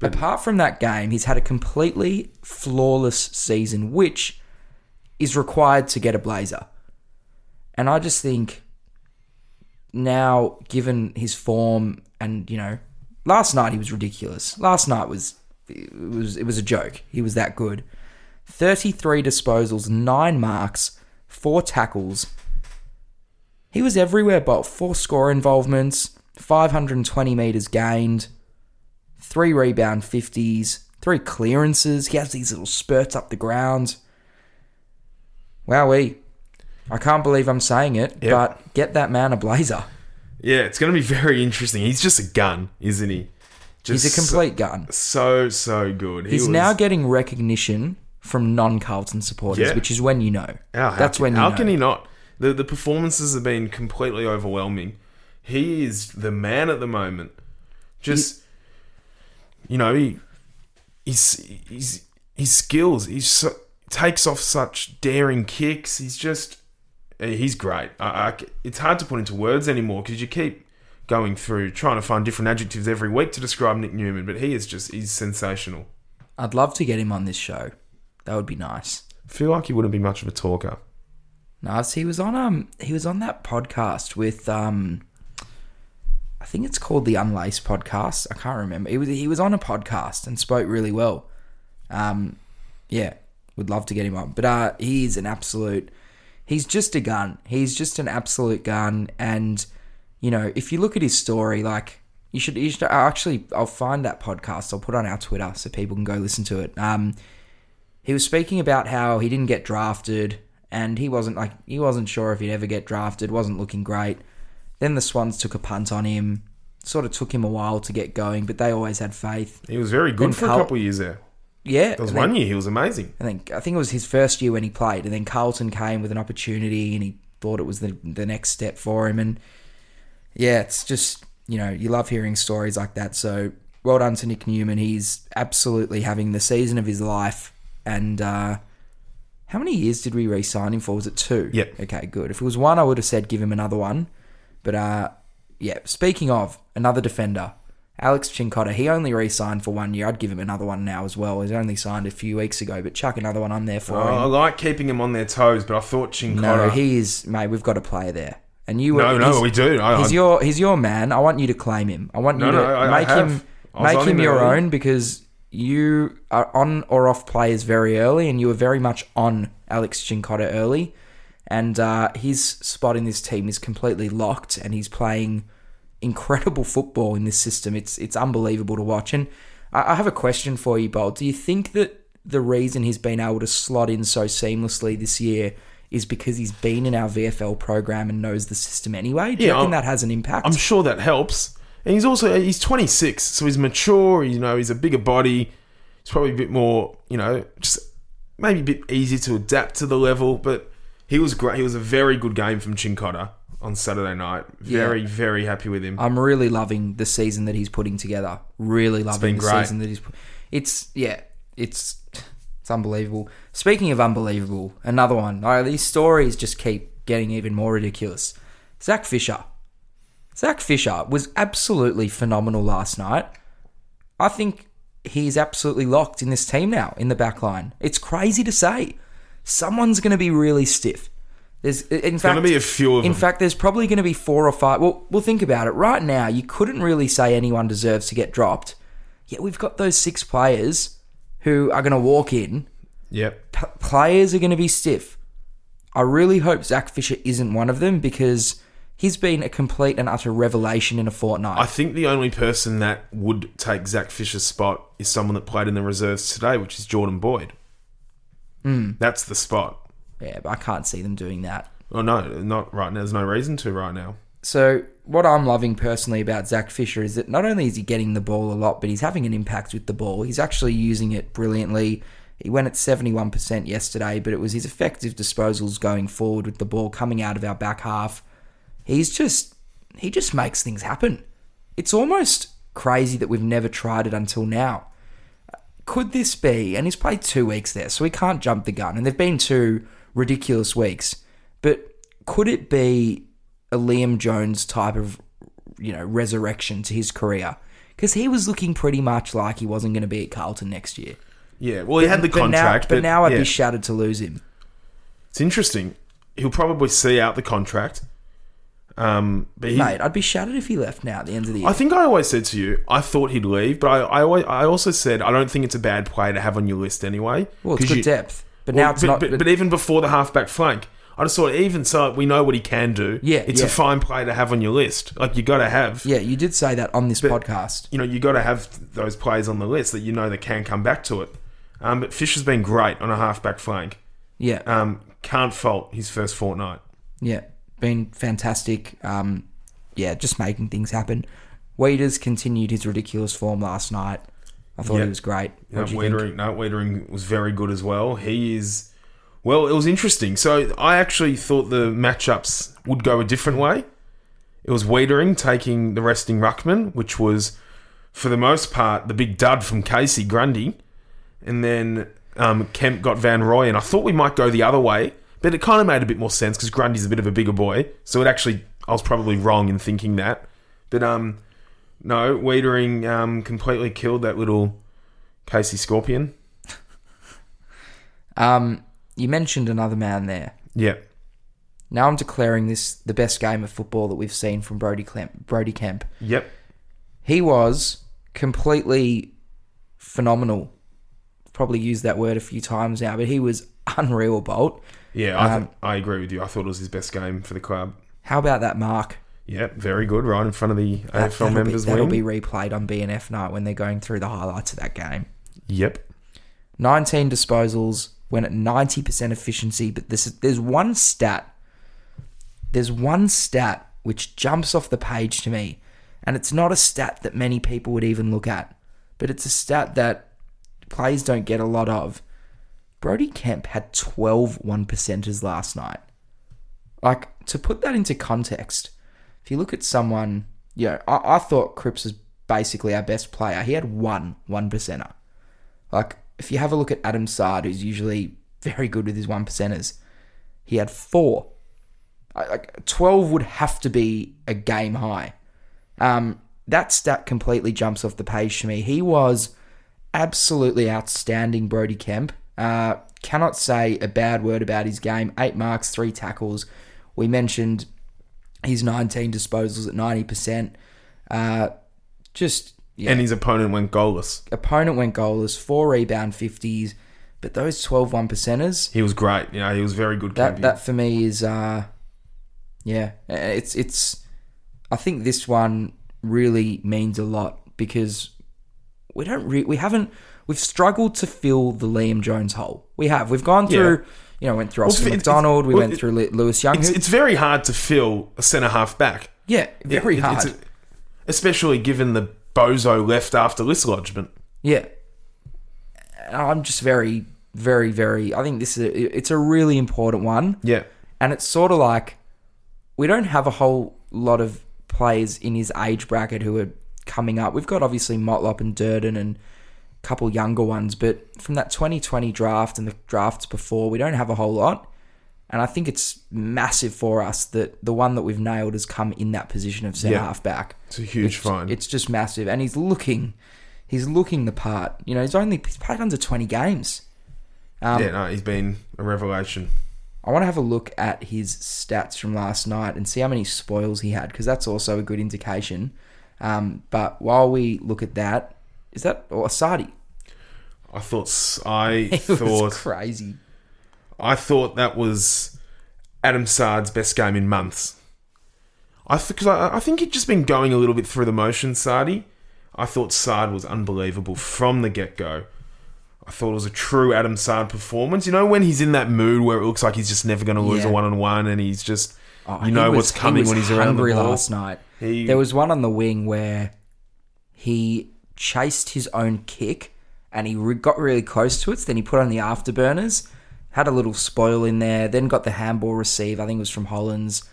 [SPEAKER 5] Apart from that game, he's had a completely flawless season, which is required to get a blazer. And I just think now, given his form, and you know, last night he was ridiculous. Last night was it was it was a joke. He was that good. Thirty-three disposals, nine marks, four tackles. He was everywhere, but four score involvements, five hundred and twenty meters gained, three rebound fifties, three clearances. He has these little spurts up the ground. Wowee. I can't believe I'm saying it,
[SPEAKER 6] Yep.
[SPEAKER 5] but get that man a blazer.
[SPEAKER 6] Yeah, it's going to be very interesting. He's just a gun, isn't he? Just
[SPEAKER 5] He's a complete gun.
[SPEAKER 6] So so, so good. He
[SPEAKER 5] He's
[SPEAKER 6] was-
[SPEAKER 5] now getting recognition from non-Carlton supporters,
[SPEAKER 6] Yeah.
[SPEAKER 5] which is when you know.
[SPEAKER 6] How- how
[SPEAKER 5] That's
[SPEAKER 6] can-
[SPEAKER 5] when you
[SPEAKER 6] How
[SPEAKER 5] know.
[SPEAKER 6] can he not? The the performances have been completely overwhelming. He is the man at the moment. Just you know, he he's he's his skills. He so, takes off such daring kicks. He's just eh, he's great. I, I c- it's hard to put into words anymore because you keep going through trying to find different adjectives every week to describe Nick Newman, but he is just he's sensational.
[SPEAKER 5] I'd love to get him on this show. That would be nice.
[SPEAKER 6] I feel like he wouldn't be much of a talker.
[SPEAKER 5] Nice. He was on um he was on that podcast with um I think it's called the Unlace podcast. I can't remember. He was he was on a podcast and spoke really well. Um yeah, would love to get him on. But uh he is an absolute he's just a gun. He's just an absolute gun and you know, if you look at his story like you should, you should I'll actually I'll find that podcast. I'll put it on our Twitter so people can go listen to it. Um he was speaking about how he didn't get drafted and he wasn't like he wasn't sure if he'd ever get drafted wasn't looking great then the swans took a punt on him Sort of took him a while to get going, but they always had faith.
[SPEAKER 6] He was very good
[SPEAKER 5] Then
[SPEAKER 6] for a
[SPEAKER 5] Carl-
[SPEAKER 6] couple of years there.
[SPEAKER 5] Yeah,
[SPEAKER 6] There was
[SPEAKER 5] and
[SPEAKER 6] one
[SPEAKER 5] then-
[SPEAKER 6] year he was amazing.
[SPEAKER 5] I think I think it was his first year when he played, and then Carlton came with an opportunity, and he thought it was the the next step for him. And yeah, it's just you know you love hearing stories like that. So well done to Nick Newman. He's absolutely having the season of his life. And uh, how many years did we re-sign him for? Was it two?
[SPEAKER 6] Yep.
[SPEAKER 5] Okay, good. If it was one, I would have said give him another one. But uh, yeah, speaking of another defender, Alex Chincotta, he only re-signed for one year. I'd give him another one now as well. He's only signed a few weeks ago, but chuck another one on there for
[SPEAKER 6] Oh, I
[SPEAKER 5] him.
[SPEAKER 6] like keeping him on their toes, but I thought Chincotta.
[SPEAKER 5] No, he is mate. We've got a player there, and you.
[SPEAKER 6] No,
[SPEAKER 5] were-
[SPEAKER 6] no,
[SPEAKER 5] he's-
[SPEAKER 6] we do. I-
[SPEAKER 5] he's
[SPEAKER 6] I-
[SPEAKER 5] your he's your man. I want you to claim him. I want you
[SPEAKER 6] No,
[SPEAKER 5] to
[SPEAKER 6] no, I- I
[SPEAKER 5] make
[SPEAKER 6] have.
[SPEAKER 5] him
[SPEAKER 6] I was
[SPEAKER 5] make
[SPEAKER 6] on
[SPEAKER 5] him
[SPEAKER 6] him
[SPEAKER 5] your
[SPEAKER 6] early.
[SPEAKER 5] own because you are on or off players very early, and you were very much on Alex Chincotta early, and uh, his spot in this team is completely locked, and he's playing incredible football in this system. It's it's unbelievable to watch. And I, I have a question for you, Bolt. Do you think that the reason he's been able to slot in so seamlessly this year is because he's been in our VFL program and knows the system anyway? Do you
[SPEAKER 6] Yeah,
[SPEAKER 5] reckon
[SPEAKER 6] I'm-
[SPEAKER 5] that has an impact?
[SPEAKER 6] I'm sure that helps. And he's also he's 26, so he's mature. You know, he's a bigger body. He's probably a bit more, you know, just maybe a bit easier to adapt to the level. But he was great. He was a very good game from Chincotta on Saturday night. Very, very happy with him.
[SPEAKER 5] I'm really loving the season that he's putting together. Really loving
[SPEAKER 6] been
[SPEAKER 5] the
[SPEAKER 6] great.
[SPEAKER 5] season that he's. Put- it's yeah, it's it's unbelievable. Speaking of unbelievable, another one. Oh, these stories just keep getting even more ridiculous. Zach Fisher. Zach Fisher was absolutely phenomenal last night. I think he's absolutely locked in this team now in the back line. It's crazy to say. Someone's going to be really stiff. There's in fact
[SPEAKER 6] be a few of
[SPEAKER 5] In
[SPEAKER 6] them.
[SPEAKER 5] fact, there's probably going to be four or five. Well, we'll think about it. Right now, you couldn't really say anyone deserves to get dropped. Yet we've got those six players who are going to walk in.
[SPEAKER 6] Yep.
[SPEAKER 5] P- players are going to be stiff. I really hope Zach Fisher isn't one of them because he's been a complete and utter revelation in a fortnight.
[SPEAKER 6] I think the only person that would take Zach Fisher's spot is someone that played in the reserves today, which is Jordan Boyd.
[SPEAKER 5] Hmm.
[SPEAKER 6] That's the spot.
[SPEAKER 5] yeah, but I can't see them doing that.
[SPEAKER 6] Oh no, not right now. There's no reason to right now.
[SPEAKER 5] So what I'm loving personally about Zach Fisher is that not only is he getting the ball a lot, but he's having an impact with the ball. He's actually using it brilliantly. He went at 71% yesterday, but it was his effective disposals going forward with the ball coming out of our back half. He's just he just makes things happen. It's almost crazy that we've never tried it until now. Could this be? And he's played two weeks there, so he can't jump the gun. And they've been two ridiculous weeks. But could it be a Liam Jones type of you know resurrection to his career because he was looking pretty much like he wasn't going to be at Carlton next year.
[SPEAKER 6] Yeah. Well, he had the
[SPEAKER 5] But
[SPEAKER 6] contract,
[SPEAKER 5] now, but, now I'd
[SPEAKER 6] yeah.
[SPEAKER 5] be shattered to lose him.
[SPEAKER 6] It's interesting. He'll probably see out the contract. Um, but he,
[SPEAKER 5] Mate, I'd be shattered if he left now at the end of the year.
[SPEAKER 6] I think I always said to you, I thought he'd leave, but I, I, always, I also said I don't think it's a bad play to have on your list anyway.
[SPEAKER 5] well, it's
[SPEAKER 6] 'Cause
[SPEAKER 5] good
[SPEAKER 6] you-
[SPEAKER 5] depth, but
[SPEAKER 6] Well,
[SPEAKER 5] now it's
[SPEAKER 6] but,
[SPEAKER 5] not.
[SPEAKER 6] But, but even before the halfback flank, I just thought even so, we know what he can do.
[SPEAKER 5] Yeah,
[SPEAKER 6] it's
[SPEAKER 5] yeah.
[SPEAKER 6] a fine play to have on your list. Like you got to have.
[SPEAKER 5] yeah, you did say that on this podcast.
[SPEAKER 6] You know, you got to have those players on the list that you know that can come back to it. Um, but Fisher's been great on a halfback flank.
[SPEAKER 5] Yeah,
[SPEAKER 6] Um, can't fault his first fortnight.
[SPEAKER 5] yeah, been fantastic. Um, yeah, just making things happen. Waders continued his ridiculous form last night. I thought
[SPEAKER 6] Yeah.
[SPEAKER 5] he was great.
[SPEAKER 6] No,
[SPEAKER 5] What do you think?
[SPEAKER 6] Wiedering, no, Wiedering was very good as well. He is. Well, it was interesting. So I actually thought the matchups would go a different way. It was Wiedering taking the resting ruckman, which was, for the most part, the big dud from Casey Grundy, and then um, Kemp got Van Roy. And I thought we might go the other way, but it kind of made a bit more sense because Grundy's a bit of a bigger boy. So it actually, I was probably wrong in thinking that. But um, no, Wiedering um, completely killed that little. Casey Scorpion.
[SPEAKER 5] Um, you mentioned another man there.
[SPEAKER 6] Yeah.
[SPEAKER 5] Now I'm declaring this the best game of football that we've seen from Brody Kemp. Brody Kemp.
[SPEAKER 6] Yep.
[SPEAKER 5] He was completely phenomenal. Probably used that word a few times now, but he was unreal, Bolt.
[SPEAKER 6] Yeah, I,
[SPEAKER 5] Um,
[SPEAKER 6] th- I agree with you. I thought it was his best game for the club.
[SPEAKER 5] How about that mark?
[SPEAKER 6] Yeah, very good. Right in front of the
[SPEAKER 5] That,
[SPEAKER 6] AFL
[SPEAKER 5] that'll, be,
[SPEAKER 6] members
[SPEAKER 5] that'll
[SPEAKER 6] wing.
[SPEAKER 5] be replayed on BNF night when they're going through the highlights of that game.
[SPEAKER 6] Yep.
[SPEAKER 5] 19 disposals, went at 90% efficiency, but this, there's one stat. There's one stat which jumps off the page to me, And it's not a stat that many people would even look at, but it's a stat that players don't get a lot of. Brody Kemp had 12 one percenters last night. Like, to put that into context, if you look at someone, you know, I, I thought Cripps was basically our best player. He had one one percenter. Like, if you have a look at Adam Sard, who's usually very good with his one percenters, he had four. I- Like, 12 would have to be a game high. Um, that stat completely jumps off the page to me. He was absolutely outstanding, Brody Kemp. Uh, cannot say a bad word about his game. Eight marks, three tackles. We mentioned his 19 disposals at 90%. Uh, just, yeah.
[SPEAKER 6] And his opponent went goalless.
[SPEAKER 5] opponent went goalless, four rebound 50s, but those 12 one percenters,
[SPEAKER 6] He was great. You know, he was very good.
[SPEAKER 5] that
[SPEAKER 6] Campion.
[SPEAKER 5] that for me is uh yeah it's it's i think this one really means a lot because we don't re- we haven't we've struggled to fill the liam jones hole we have we've gone through you know went through austin
[SPEAKER 6] it's- it's-
[SPEAKER 5] mcdonald we
[SPEAKER 6] well,
[SPEAKER 5] went
[SPEAKER 6] it-
[SPEAKER 5] through Li- lewis young
[SPEAKER 6] it's,
[SPEAKER 5] who-
[SPEAKER 6] it's very hard to fill a centre half back.
[SPEAKER 5] yeah very
[SPEAKER 6] It-
[SPEAKER 5] hard
[SPEAKER 6] it's- especially given the bozo left after this lodgement.
[SPEAKER 5] Yeah. And I'm just very, very, very. I think this is a, it's a really important one.
[SPEAKER 6] Yeah.
[SPEAKER 5] And it's sort of like we don't have a whole lot of players in his age bracket who are coming up. We've got obviously Motlop and Durden and a couple younger ones, but from that 2020 draft and the drafts before, we don't have a whole lot. And I think it's massive for us that the one that we've nailed has come in that position of centre
[SPEAKER 6] Yeah.
[SPEAKER 5] half back.
[SPEAKER 6] It's a huge
[SPEAKER 5] It's-
[SPEAKER 6] find.
[SPEAKER 5] It's just massive, and he's looking, he's looking the part. You know, he's only he's played under twenty games. um,
[SPEAKER 6] yeah, no, he's been a revelation.
[SPEAKER 5] I want to have a look at his stats from last night and see how many spoils he had, because that's also a good indication. Um, but while we look at that, is that or Asadi?
[SPEAKER 6] I thought s- I
[SPEAKER 5] It was
[SPEAKER 6] thought
[SPEAKER 5] crazy.
[SPEAKER 6] I thought that was Adam Sard's best game in months. I because I, I think he'd just been going a little bit through the motions, Sardi. I thought Sard was unbelievable from the get go. I thought it was a true Adam Sard performance. You know when he's in that mood where it looks like he's just never going to lose
[SPEAKER 5] Yeah.
[SPEAKER 6] a one on one, and he's just
[SPEAKER 5] Oh,
[SPEAKER 6] you know
[SPEAKER 5] he was-
[SPEAKER 6] what's coming
[SPEAKER 5] he was
[SPEAKER 6] when he's around the
[SPEAKER 5] hungry
[SPEAKER 6] ball.
[SPEAKER 5] last night.
[SPEAKER 6] He-
[SPEAKER 5] There was one on the wing where he chased his own kick and he re- got really close to it. So then he put on the afterburners, had a little spoil in there, then got the handball receive. I think it was from Hollands.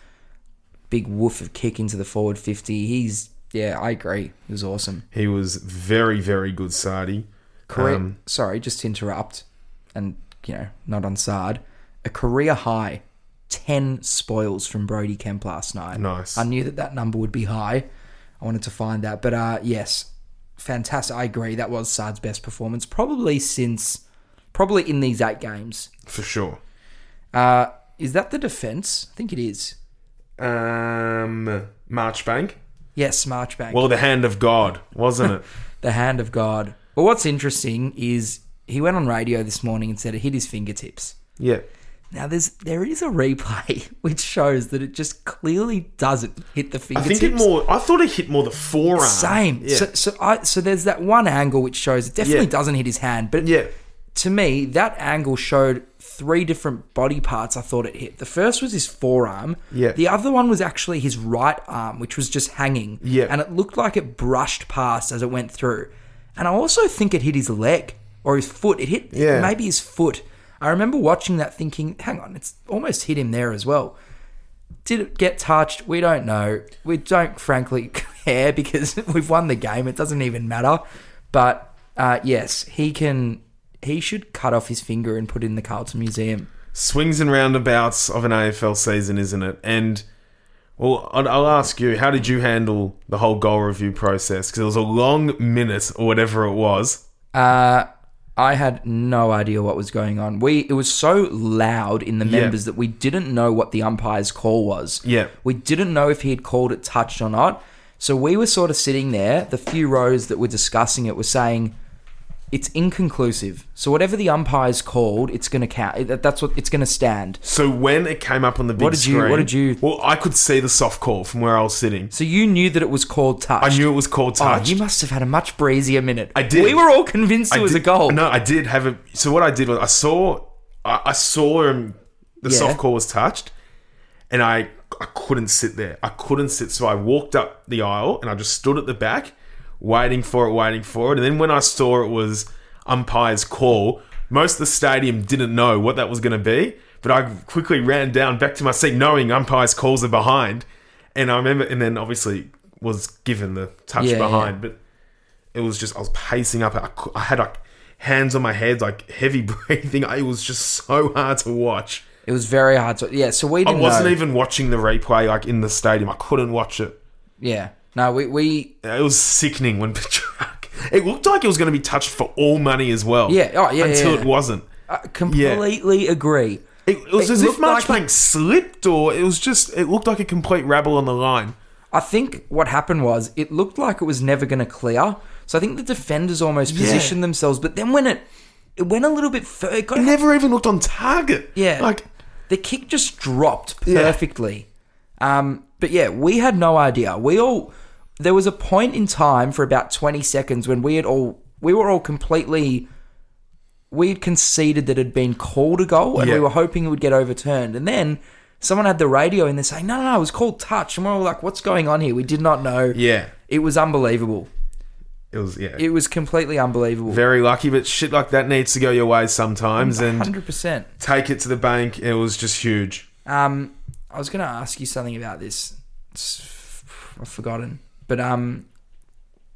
[SPEAKER 5] Big woof of kick into the forward 50. He's, yeah, I agree. It was awesome.
[SPEAKER 6] He was very very good, Sardi.
[SPEAKER 5] Career,
[SPEAKER 6] Um,
[SPEAKER 5] sorry, just to interrupt and, you know, not on Sard. A career high 10 spoils from Brody Kemp last night.
[SPEAKER 6] Nice.
[SPEAKER 5] I knew that that number would be high. I wanted to find that. But uh, yes, fantastic. I agree. That was Sard's best performance probably since, probably in these eight games.
[SPEAKER 6] for sure.
[SPEAKER 5] Uh, is that the defence? I think it is.
[SPEAKER 6] Um, Marchbank.
[SPEAKER 5] Yes, Marchbank.
[SPEAKER 6] Well, the hand of God, wasn't it?
[SPEAKER 5] the hand of God. Well, what's interesting is he went on radio this morning and said it hit his fingertips.
[SPEAKER 6] yeah.
[SPEAKER 5] Now there's there is a replay which shows that it just clearly doesn't hit the
[SPEAKER 6] I
[SPEAKER 5] fingertips.
[SPEAKER 6] think it more. I thought it hit more the forearm.
[SPEAKER 5] same.
[SPEAKER 6] Yeah.
[SPEAKER 5] So so I so there's that one angle which shows it definitely
[SPEAKER 6] Yeah.
[SPEAKER 5] doesn't hit his hand, but
[SPEAKER 6] Yeah.
[SPEAKER 5] to me that angle showed three different body parts I thought it hit. The first was his forearm.
[SPEAKER 6] Yeah.
[SPEAKER 5] The other one was actually his right arm which was just hanging.
[SPEAKER 6] Yeah.
[SPEAKER 5] And it looked like it brushed past as it went through. And I also think it hit his leg or his foot. It hit
[SPEAKER 6] Yeah.
[SPEAKER 5] maybe his foot. I remember watching that thinking, hang on, it's almost hit him there as well. Did it get touched? We don't know. We don't frankly care because we've won the game. It doesn't even matter. But uh, yes, he can. He should cut off his finger and put it in the Carlton Museum.
[SPEAKER 6] Swings and roundabouts of an AFL season, isn't it? And well, I'd- I'll ask you, how did you handle the whole goal review process? Because it was a long minute or whatever it was.
[SPEAKER 5] Uh, I had no idea what was going on. We it was so loud in the members that we didn't know what the umpire's call was.
[SPEAKER 6] Yeah.
[SPEAKER 5] we didn't know if he had called it touched or not. So we were sort of sitting there. The few rows that were discussing it were saying it's inconclusive. So whatever the umpire's called, it's going to count. That- That's what it's going to stand.
[SPEAKER 6] So when it came up on the big
[SPEAKER 5] What did you- what
[SPEAKER 6] screen-
[SPEAKER 5] did you-
[SPEAKER 6] Well, I could see the soft call from where I was sitting.
[SPEAKER 5] So you knew that it was called touched.
[SPEAKER 6] I knew it was called touch.
[SPEAKER 5] Oh, you must have had a much breezier minute.
[SPEAKER 6] I did.
[SPEAKER 5] We were all convinced it
[SPEAKER 6] I
[SPEAKER 5] was
[SPEAKER 6] did-
[SPEAKER 5] a goal.
[SPEAKER 6] No, I did have a. So what I did was I saw, I, I saw him. The
[SPEAKER 5] Yeah.
[SPEAKER 6] soft call was touched, and I I couldn't sit there. I couldn't sit. So I walked up the aisle and I just stood at the back, waiting for it, waiting for it. And then when I saw it was umpire's call, most of the stadium didn't know what that was going to be. But I quickly ran down back to my seat, knowing umpire's calls are behind. And I remember, and then obviously was given the touch
[SPEAKER 5] Yeah,
[SPEAKER 6] behind. But it was just I was pacing up. I, cou- I had like hands on my head, like heavy breathing. It was just so hard to watch.
[SPEAKER 5] It was very hard to. Yeah, so we
[SPEAKER 6] I
[SPEAKER 5] didn't
[SPEAKER 6] wasn't
[SPEAKER 5] know.
[SPEAKER 6] even watching the replay like in the stadium. I couldn't watch it.
[SPEAKER 5] yeah, no, we we
[SPEAKER 6] It was sickening when Petrarch. It looked like it was going to be touched for all money as well.
[SPEAKER 5] Yeah, oh, yeah,
[SPEAKER 6] Until
[SPEAKER 5] yeah, yeah.
[SPEAKER 6] it wasn't.
[SPEAKER 5] uh, completely agree.
[SPEAKER 6] It, it was
[SPEAKER 5] It
[SPEAKER 6] as if
[SPEAKER 5] looked
[SPEAKER 6] March
[SPEAKER 5] like-
[SPEAKER 6] Bank slipped, or it was just. It looked like a complete rabble on the line.
[SPEAKER 5] I think what happened was it looked like it was never going to clear. So I think the defenders almost positioned themselves, but then when it it went a little bit further, it got
[SPEAKER 6] It never even looked on target.
[SPEAKER 5] Yeah.
[SPEAKER 6] Like
[SPEAKER 5] the kick just dropped perfectly. Um, but yeah, we had no idea. We all there was a point in time for about twenty seconds when we had all we were all completely we had conceded that it had been called a goal and
[SPEAKER 6] Yeah.
[SPEAKER 5] we were hoping it would get overturned. And then someone had the radio in there saying, No, no, no, it was called touch and we're all like, What's going on here? We did not know.
[SPEAKER 6] Yeah.
[SPEAKER 5] It was unbelievable.
[SPEAKER 6] it was. Yeah.
[SPEAKER 5] It was completely unbelievable.
[SPEAKER 6] very lucky, but shit like that needs to go your way sometimes. And
[SPEAKER 5] hundred percent.
[SPEAKER 6] take it to the bank. It was just huge.
[SPEAKER 5] Um, I was going to ask you something about this. It's, I've forgotten, but um,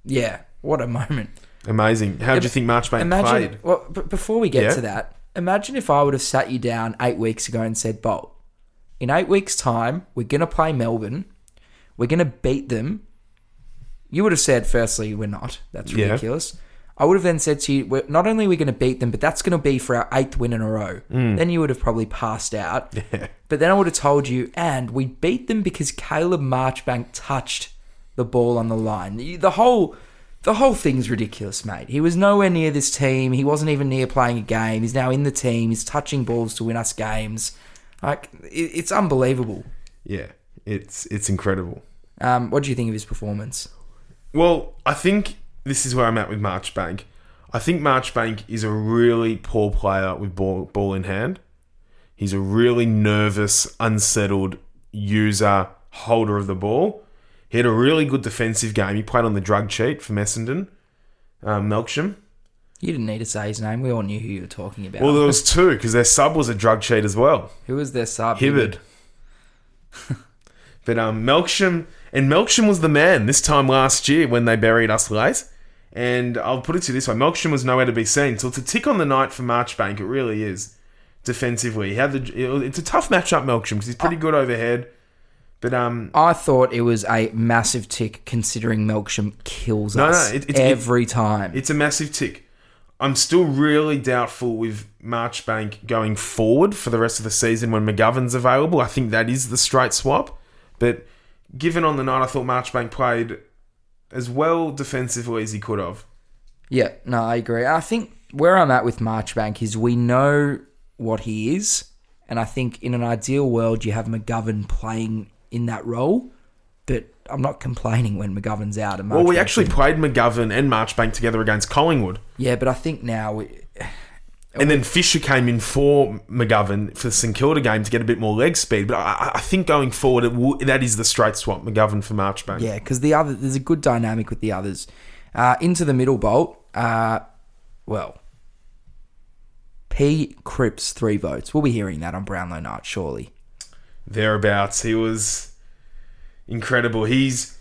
[SPEAKER 5] yeah, what a moment!
[SPEAKER 6] Amazing. How do you think Marchbank
[SPEAKER 5] Imagine.
[SPEAKER 6] played?
[SPEAKER 5] Well, but before we get
[SPEAKER 6] Yeah.
[SPEAKER 5] to that, imagine if I would have sat you down eight weeks ago and said, "Bolt, in eight weeks' time, we're going to play Melbourne. We're going to beat them." You would have said, "Firstly, we're not. That's
[SPEAKER 6] Yeah.
[SPEAKER 5] ridiculous." I would have then said to you, we're, "Not only are we going to beat them, but that's going to be for our eighth win in a row." Then you would have probably passed out. But then I would have told you, and we beat them because Caleb Marchbank touched the ball on the line. You- The whole, the whole thing's ridiculous, mate. He was nowhere near this team. He wasn't even near playing a game. He's now in the team. He's touching balls to win us games. Like it, it's unbelievable.
[SPEAKER 6] Yeah. It's it's incredible.
[SPEAKER 5] Um, what do you think of his performance?
[SPEAKER 6] Well, I think this is where I'm at with Marchbank. I think Marchbank is a really poor player with ball, ball in hand. He's a really nervous, unsettled user, holder of the ball. He had a really good defensive game. He played on the drug cheat for Messenden, um, Melksham.
[SPEAKER 5] You didn't need to say his name. We all knew who you were talking about.
[SPEAKER 6] Well, there was two because their sub was a drug cheat as well.
[SPEAKER 5] who was their sub?
[SPEAKER 6] Hibbard. but um, Melksham and Melksham was the man this time last year when they buried us late. And I'll put it to you this way: Melksham was nowhere to be seen. So it's a tick on the night for Marchbank. It really is defensively. He had the. It's a tough matchup, Melksham, because he's pretty good overhead. But um,
[SPEAKER 5] I thought it was a massive tick considering Melksham kills
[SPEAKER 6] no,
[SPEAKER 5] us
[SPEAKER 6] it- it- it-
[SPEAKER 5] every time.
[SPEAKER 6] It's a massive tick. I'm still really doubtful with Marchbank going forward for the rest of the season when McGovern's available. I think that is the straight swap. But given on the night, I thought Marchbank played as well defensively as he could have.
[SPEAKER 5] Yeah, no, I agree. I think where I'm at with Marchbank is we know what he is, and I think in an ideal world you have McGovern playing in that role, but I'm not complaining when McGovern's out. And
[SPEAKER 6] Well, we
[SPEAKER 5] Marchbank's
[SPEAKER 6] actually
[SPEAKER 5] in.
[SPEAKER 6] played McGovern and Marchbank together against Collingwood.
[SPEAKER 5] yeah, but I think now we,
[SPEAKER 6] And then Fisher came in for McGovern for the St Kilda game to get a bit more leg speed. But I, I- I think going forward, it w- that is the straight swap, McGovern for Marchbank.
[SPEAKER 5] Yeah, because the other there's a good dynamic with the others. Uh, into the middle bolt. Uh, well, P Cripps three votes. We'll be hearing that on Brownlow night, surely.
[SPEAKER 6] thereabouts. He was incredible. He's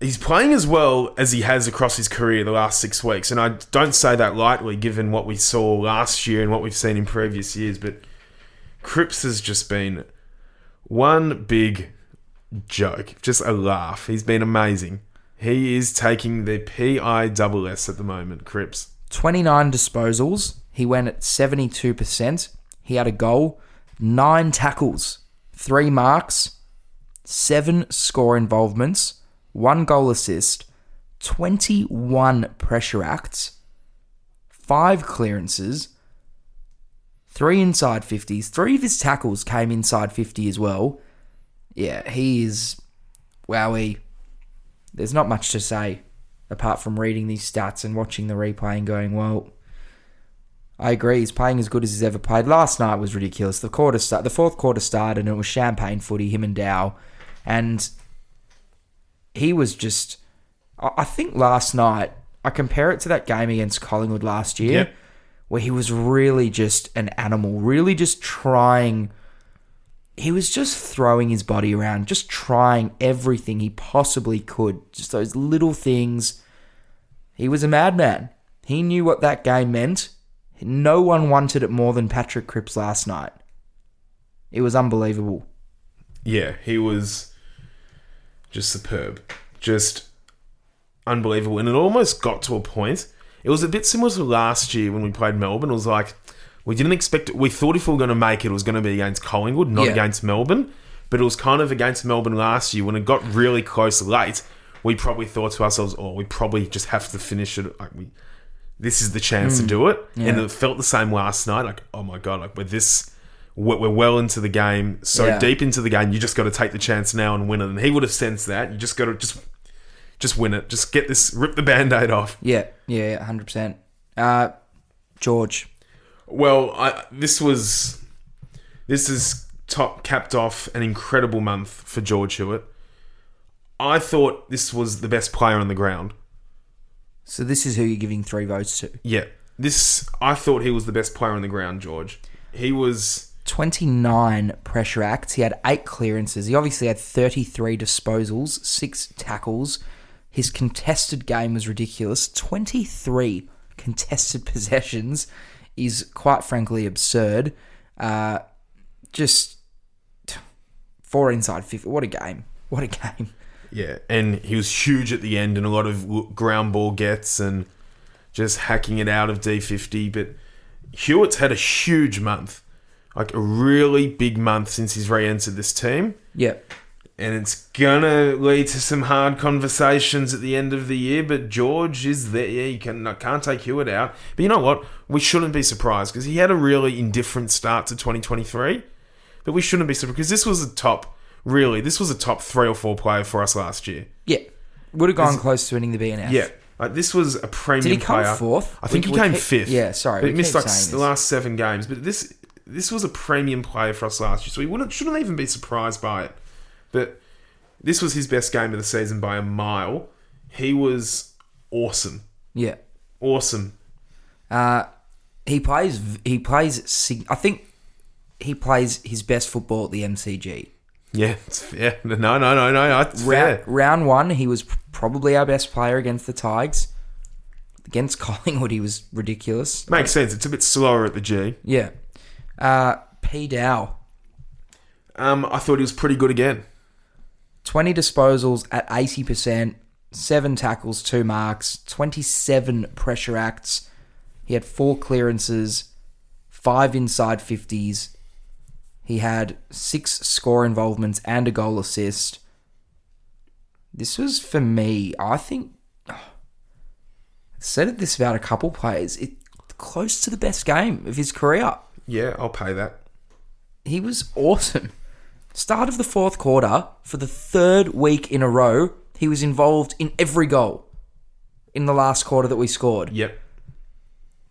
[SPEAKER 6] he's playing as well as he has across his career the last six weeks, and I don't say that lightly, given what we saw last year and what we've seen in previous years. But Cripps has just been one big joke, just a laugh. He's been amazing. He is taking the PISS at the moment, Cripps.
[SPEAKER 5] 29 disposals. He went at 72%. He had a goal, nine tackles, three marks, seven score involvements, one goal assist, 21 pressure acts, five clearances, three inside 50s. Three of his tackles came inside 50 as well. Yeah, he is. Wowie. There's not much to say apart from reading these stats and watching the replay and going, well, I agree. He's playing as good as he's ever played. Last night was ridiculous. The quarter start, the fourth quarter started, and it was champagne footy. Him and Dow, and he was just. I I think last night I compare it to that game against Collingwood last year,
[SPEAKER 6] Yep.
[SPEAKER 5] where he was really just an animal, really just trying. He was just throwing his body around, just trying everything he possibly could. Just those little things. He was a madman. He knew what that game meant. No one wanted it more than Patrick Cripps last night. It was unbelievable.
[SPEAKER 6] yeah, he was just superb, just unbelievable, and it almost got to a point. It was a bit similar to last year when we played Melbourne. It was like we didn't expect. We thought if we were going to make it, it was going to be against Collingwood, not
[SPEAKER 5] Yeah.
[SPEAKER 6] against Melbourne. But it was kind of against Melbourne last year when it got really close late. We probably thought to ourselves, "Oh, we probably just have to finish it. Like we, this is the chance to do it." And it felt the same last night. Like, oh my god, like we're this, we're, we're well into the game, so
[SPEAKER 5] Yeah.
[SPEAKER 6] deep deep into the game. You just got to take the chance now and win it. And he would have sensed that. You just got to just just win it. Just get this, rip the band-aid off.
[SPEAKER 5] Yeah, yeah, hundred percent. Uh, George,
[SPEAKER 6] Well, I, this was this is top capped off an incredible month for George Hewitt. I thought this was the best player on the ground.
[SPEAKER 5] so this is who you're giving three votes to.
[SPEAKER 6] Yeah, this I thought he was the best player on the ground. George, he was.
[SPEAKER 5] Twenty nine pressure acts. He had eight clearances. He obviously had thirty three disposals, six tackles. His contested game was ridiculous. Twenty three contested possessions is quite frankly absurd. Uh, just four inside fifty. What a game! What a game!
[SPEAKER 6] Yeah, and he was huge at the end, and a lot of w- ground ball gets and just hacking it out of D50. But Hewitt's had a huge month, like a really big month since he's re entered this team.
[SPEAKER 5] Yep.
[SPEAKER 6] And it's gonna lead to some hard conversations at the end of the year. But George is there. Yeah, you can, I can't take Hewitt out. But you know what? We shouldn't be surprised because he had a really indifferent start to 2023. But we shouldn't be surprised because this was a top, really, this was a top three or four player for us last year.
[SPEAKER 5] Yeah. Would have gone close to winning the BNF.
[SPEAKER 6] Yeah. Like this was a premium
[SPEAKER 5] Did he come
[SPEAKER 6] player.
[SPEAKER 5] fourth?
[SPEAKER 6] I think
[SPEAKER 5] We-
[SPEAKER 6] he
[SPEAKER 5] we
[SPEAKER 6] came
[SPEAKER 5] keep-
[SPEAKER 6] fifth.
[SPEAKER 5] yeah, sorry,
[SPEAKER 6] But
[SPEAKER 5] we
[SPEAKER 6] he missed
[SPEAKER 5] keep
[SPEAKER 6] like
[SPEAKER 5] saying
[SPEAKER 6] s- the
[SPEAKER 5] this.
[SPEAKER 6] last seven games. But this this was a premium player for us last year, so we wouldn't shouldn't even be surprised by it. But this was his best game of the season by a mile. He was awesome.
[SPEAKER 5] Yeah.
[SPEAKER 6] Awesome.
[SPEAKER 5] He plays. v- He plays. sig- I think he plays his best football at the MCG.
[SPEAKER 6] Yeah, it's fair. No, no, no, no. It's
[SPEAKER 5] Round,
[SPEAKER 6] fair.
[SPEAKER 5] round one, he was p- probably our best player against the Tigers. Against Collingwood, he was ridiculous.
[SPEAKER 6] Makes sense. It's a bit slower at the G.
[SPEAKER 5] Yeah. Uh, P. Dow,
[SPEAKER 6] Um, I thought he was pretty good again.
[SPEAKER 5] 20 disposals at 80%, 7 tackles, 2 marks, 27 pressure acts. He had 4 clearances, 5 inside 50s. He had 6 score involvements and a goal assist. This was for me, I think I said this about a couple players. It close to the best game of his career
[SPEAKER 6] Yeah, I'll pay that.
[SPEAKER 5] he was awesome. Start of the fourth quarter, for the third week in a row, he was involved in every goal in the last quarter that we scored.
[SPEAKER 6] Yep.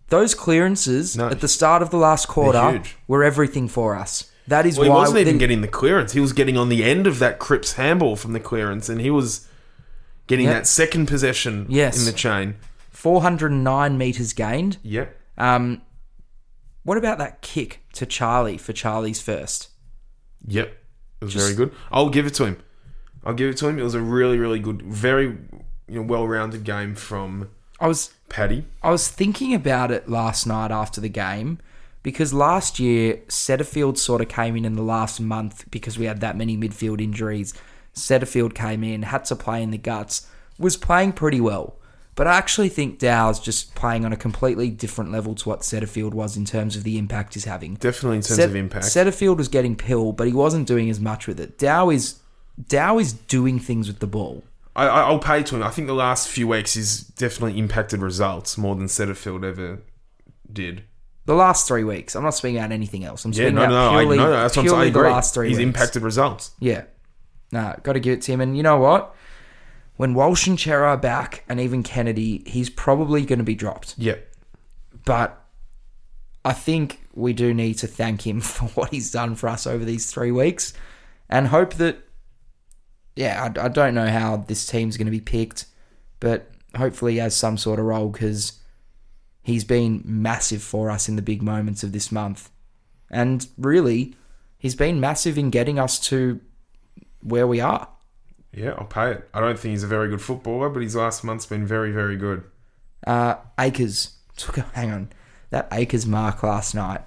[SPEAKER 5] Those clearances
[SPEAKER 6] No,
[SPEAKER 5] at the start of the last quarter
[SPEAKER 6] huge.
[SPEAKER 5] were everything for us. That is
[SPEAKER 6] Well, he
[SPEAKER 5] why
[SPEAKER 6] wasn't even
[SPEAKER 5] the-
[SPEAKER 6] getting the clearance. He was getting on the end of that Cripps handball from the clearance, and he was getting
[SPEAKER 5] Yep.
[SPEAKER 6] that second possession
[SPEAKER 5] Yes.
[SPEAKER 6] in the chain.
[SPEAKER 5] 409 meters gained.
[SPEAKER 6] Yep.
[SPEAKER 5] Um, what about that kick to Charlie for Charlie's first?
[SPEAKER 6] Yep. It was very good. I'll give it to him. I'll give it to him. It was a really, really good, very you know, well-rounded game from
[SPEAKER 5] I was
[SPEAKER 6] Paddy.
[SPEAKER 5] I was thinking about it last night after the game because last year Setterfield sort of came in in the last month because we had that many midfield injuries. Setterfield came in, had to play in the guts, was playing pretty well. But I actually think Dow's just playing on a completely different level to what Setterfield was in terms of the impact he's having.
[SPEAKER 6] Definitely in terms of impact.
[SPEAKER 5] Setterfield was getting pill, but he wasn't doing as much with it. Dow is Dow is doing things with the ball.
[SPEAKER 6] I, I- I'll pay to him. I think the last few weeks he's definitely impacted results more than Setterfield ever did.
[SPEAKER 5] The last three weeks. I'm not speaking about anything else. I'm
[SPEAKER 6] Yeah,
[SPEAKER 5] speaking
[SPEAKER 6] no, no,
[SPEAKER 5] about
[SPEAKER 6] I,
[SPEAKER 5] purely,
[SPEAKER 6] no, that's what I'm
[SPEAKER 5] purely
[SPEAKER 6] saying. I
[SPEAKER 5] the
[SPEAKER 6] agree.
[SPEAKER 5] last three
[SPEAKER 6] he's
[SPEAKER 5] weeks.
[SPEAKER 6] impacted results.
[SPEAKER 5] Yeah. Nah, got to give it to him. And you know what? When Walsh and Chera are back, and even Kennedy, he's probably going to be dropped.
[SPEAKER 6] Yep.
[SPEAKER 5] But I think we do need to thank him for what he's done for us over these three weeks and hope that, yeah, I, I don't know how this team's going to be picked, but hopefully he has some sort of role because he's been massive for us in the big moments of this month. And really, he's been massive in getting us to where we are.
[SPEAKER 6] Yeah, I'll pay it. I don't think he's a very good footballer, but his last month's been very, very good.
[SPEAKER 5] Uh, Acres took a hang on that Acres mark last night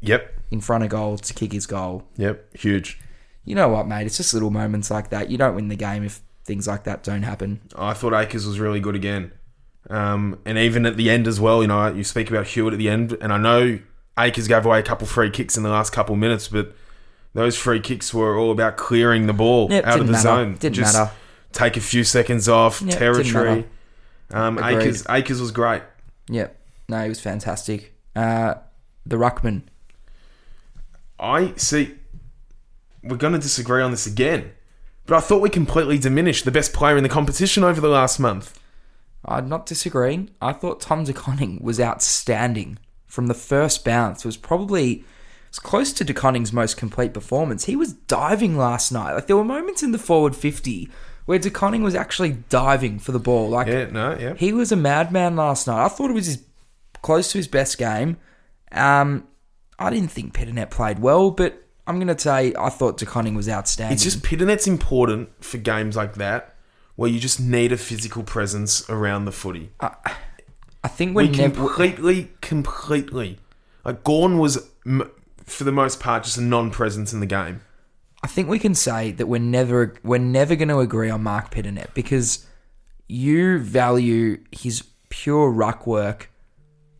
[SPEAKER 6] Yep.
[SPEAKER 5] in front of goal to kick his goal.
[SPEAKER 6] Yep. Huge.
[SPEAKER 5] You know what, mate? It's just little moments like that. You don't win the game if things like that don't happen.
[SPEAKER 6] I thought Akers was really good again. Um, and even at the end as well, you know, you speak about Hewitt at the end, and I know Akers gave away a couple free kicks in the last couple minutes, but those free kicks were all about clearing the ball
[SPEAKER 5] Yep,
[SPEAKER 6] out of
[SPEAKER 5] didn't
[SPEAKER 6] the
[SPEAKER 5] matter.
[SPEAKER 6] zone.
[SPEAKER 5] Didn't
[SPEAKER 6] Just
[SPEAKER 5] matter.
[SPEAKER 6] Take a few seconds off
[SPEAKER 5] didn't
[SPEAKER 6] territory.
[SPEAKER 5] matter.
[SPEAKER 6] Um,
[SPEAKER 5] Agreed.
[SPEAKER 6] Akers, Akers was great.
[SPEAKER 5] Yep. No, he was fantastic. Uh, the Ruckman.
[SPEAKER 6] I see. We're going to disagree on this again, but I thought we completely diminished the best player in the competition over the last month.
[SPEAKER 5] I'm not disagreeing. I thought Tom DeConning was outstanding from the first bounce. It was probably it was close to DeConning's most complete performance. He was diving last night. Like there were moments in the forward 50 where DeConning was actually diving for the ball. Like
[SPEAKER 6] Yeah, no, yeah.
[SPEAKER 5] he was a madman last night. I thought it was his close to his best game. Um, I didn't think Pettinet played well, but I'm gonna say I thought DeConning was outstanding.
[SPEAKER 6] It's just pit and that's important for games like that where you just need a physical presence around the footy.
[SPEAKER 5] Uh, I think
[SPEAKER 6] we
[SPEAKER 5] when Neb-
[SPEAKER 6] completely, completely. Like Gorn was, m- for the most part, just a non-presence in the game.
[SPEAKER 5] I think we can say that we're never we're never going to agree on Mark Pitternet because you value his pure ruck work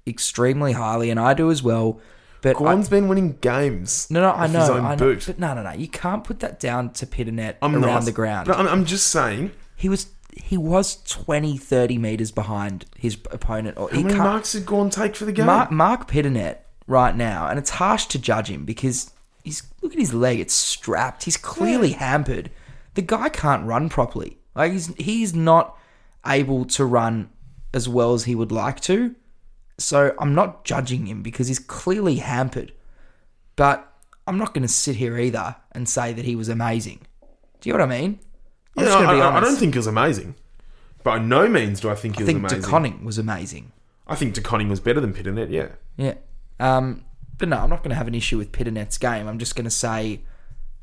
[SPEAKER 5] extremely highly, and I do as well. But I,
[SPEAKER 6] Gorn's been winning games.
[SPEAKER 5] no, no, I
[SPEAKER 6] with
[SPEAKER 5] know,
[SPEAKER 6] His own
[SPEAKER 5] I know,
[SPEAKER 6] boot.
[SPEAKER 5] but no, no, no, you can't put that down to Pitternet
[SPEAKER 6] I'm
[SPEAKER 5] around
[SPEAKER 6] not.
[SPEAKER 5] the ground.
[SPEAKER 6] But I'm, I'm just saying,
[SPEAKER 5] he was he was 20, 30 meters behind his opponent, or
[SPEAKER 6] how
[SPEAKER 5] he
[SPEAKER 6] many
[SPEAKER 5] can't.
[SPEAKER 6] marks did Gorn take for the game?
[SPEAKER 5] Mark, Mark Pitternet right now, and it's harsh to judge him because he's look at his leg; it's strapped. He's clearly hampered. The guy can't run properly. Like he's he's not able to run as well as he would like to. So I'm not judging him because he's clearly hampered. But I'm not going to sit here either and say that he was amazing. Do you know what I mean? I'm
[SPEAKER 6] Yeah,
[SPEAKER 5] just going to
[SPEAKER 6] I,
[SPEAKER 5] be
[SPEAKER 6] I- I
[SPEAKER 5] honest.
[SPEAKER 6] don't think he was amazing. By no means do I think he
[SPEAKER 5] I
[SPEAKER 6] was
[SPEAKER 5] think
[SPEAKER 6] amazing.
[SPEAKER 5] DeConning was amazing.
[SPEAKER 6] I think DeConning was better than Pitternet, yeah.
[SPEAKER 5] Yeah. Um, but no, I'm not going to have an issue with Pitternet's game. I'm just going to say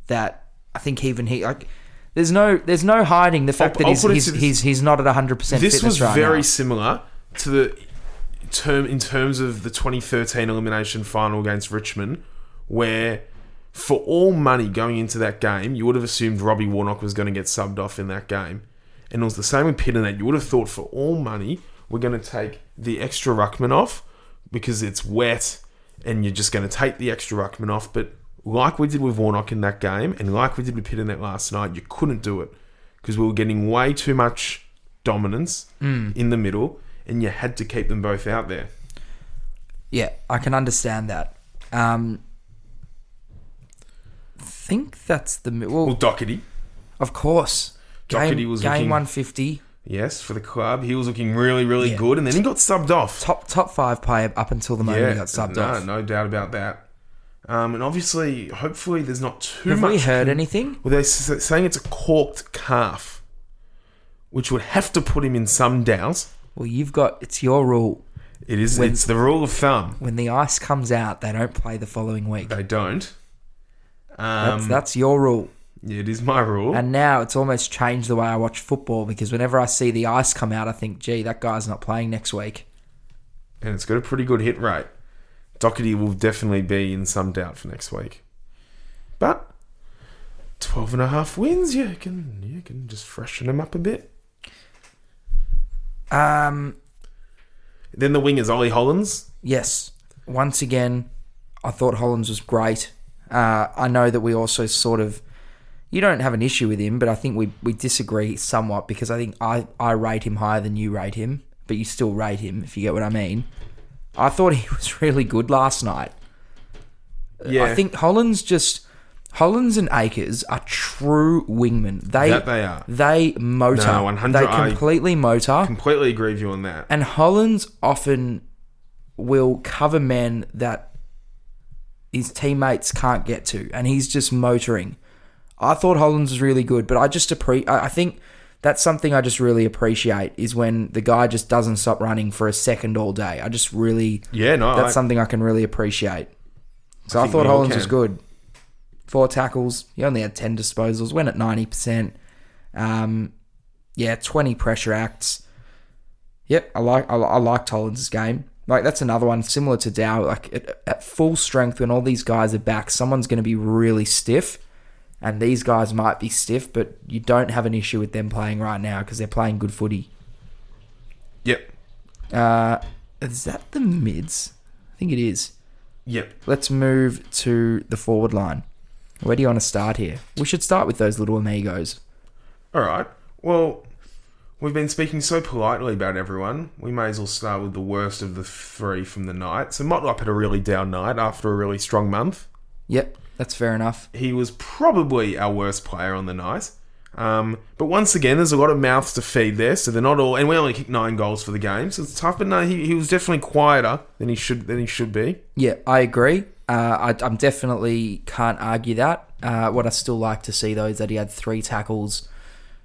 [SPEAKER 5] that I think even he like there's no there's no hiding the fact
[SPEAKER 6] I'll-
[SPEAKER 5] that
[SPEAKER 6] I'll
[SPEAKER 5] he's,
[SPEAKER 6] put it
[SPEAKER 5] he's,
[SPEAKER 6] to this-
[SPEAKER 5] he's he's not at 100 percent
[SPEAKER 6] This
[SPEAKER 5] fitness
[SPEAKER 6] was
[SPEAKER 5] right
[SPEAKER 6] very
[SPEAKER 5] now.
[SPEAKER 6] similar to the term in terms of the 2013 elimination final against Richmond, where for all money going into that game, you would have assumed Robbie Warnock was going to get subbed off in that game, and it was the same with Pitternet. You would have thought for all money we're going to take the extra ruckman off because it's wet, and you're just going to take the extra ruckman off, but. Like we did with Warnock in that game, and like we did with Pitternet last night, you couldn't do it because we were getting way too much dominance
[SPEAKER 5] Mm.
[SPEAKER 6] in the middle, and you had to keep them both out there.
[SPEAKER 5] Yeah, I can understand that. Um, think that's the mi- well,
[SPEAKER 6] Well, Doherty,
[SPEAKER 5] of course.
[SPEAKER 6] Doherty
[SPEAKER 5] game,
[SPEAKER 6] was
[SPEAKER 5] game
[SPEAKER 6] looking-
[SPEAKER 5] 150,
[SPEAKER 6] yes, for the club, he was looking really, really
[SPEAKER 5] Yeah.
[SPEAKER 6] good, and then he got subbed off.
[SPEAKER 5] top top five player up until the moment
[SPEAKER 6] yeah,
[SPEAKER 5] he got subbed
[SPEAKER 6] no,
[SPEAKER 5] off.
[SPEAKER 6] no doubt about that. Um, and obviously, hopefully, there's not too
[SPEAKER 5] Have
[SPEAKER 6] much.
[SPEAKER 5] we heard anything?
[SPEAKER 6] Well, they're s- saying it's a corked calf, which would have to put him in some doubt.
[SPEAKER 5] Well, you've got it's your rule.
[SPEAKER 6] It is.
[SPEAKER 5] When-
[SPEAKER 6] it's the rule of thumb.
[SPEAKER 5] When the ice comes out, they don't play the following week.
[SPEAKER 6] They don't.
[SPEAKER 5] That's,
[SPEAKER 6] Um,
[SPEAKER 5] that's your rule.
[SPEAKER 6] it is my rule.
[SPEAKER 5] And now it's almost changed the way I watch football because whenever I see the ice come out, I think, gee, that guy's not playing next week.
[SPEAKER 6] and it's got a pretty good hit rate. Doherty will definitely be in some doubt for next week. But 12 and a half wins, you can you can just freshen him up a bit.
[SPEAKER 5] Um,
[SPEAKER 6] Then the wing is Ollie Hollins.
[SPEAKER 5] yes, once again, I thought Hollins was great. Uh, I know that we also sort of, you don't have an issue with him, but I think we, we disagree somewhat because I think I, I rate him higher than you rate him, but you still rate him, if you get what I mean. I thought he was really good last night.
[SPEAKER 6] Yeah,
[SPEAKER 5] Uh, I think Holland's just Holland's and Akers are true wingmen. They
[SPEAKER 6] That they are.
[SPEAKER 5] They motor.
[SPEAKER 6] No, 100
[SPEAKER 5] they
[SPEAKER 6] I-
[SPEAKER 5] completely motor.
[SPEAKER 6] completely agree with you on that.
[SPEAKER 5] and Holland's often will cover men that his teammates can't get to, and he's just motoring. I thought Hollands was really good, but I just appre- I I think that's something I just really appreciate is when the guy just doesn't stop running for a second all day. I just really
[SPEAKER 6] Yeah, no,
[SPEAKER 5] that's
[SPEAKER 6] I-
[SPEAKER 5] something I can really appreciate. So I,
[SPEAKER 6] think
[SPEAKER 5] thought
[SPEAKER 6] we all
[SPEAKER 5] Hollands was
[SPEAKER 6] can.
[SPEAKER 5] good. Four tackles. He only had ten disposals. Went at ninety percent. Um, yeah, twenty pressure acts. Yep, I like I, I liked Hollands' game. Like that's another one similar to Dow. Like at, at full strength, when all these guys are back, someone's going to be really stiff, and these guys might be stiff, but you don't have an issue with them playing right now because they're playing good footy.
[SPEAKER 6] Yep.
[SPEAKER 5] Is that the mids? I think it is.
[SPEAKER 6] Yep.
[SPEAKER 5] Let's move to the forward line. Where do you want to start here? We should start with those little amigos.
[SPEAKER 6] All right. Well, we've been speaking so politely about everyone. We may as well start with the worst of the three from the night. So Motlop had a really down night after a really strong month.
[SPEAKER 5] Yep, that's fair enough.
[SPEAKER 6] He was probably our worst player on the night. Um, but once again, there's a lot of mouths to feed there, so they're not all. And we only kicked nine goals for the game, so it's tough. But no, he, he was definitely quieter than he should than he should be.
[SPEAKER 5] Yeah, I agree. Uh, I, I'm definitely can't argue that. Uh, what I still like to see though is that he had three tackles,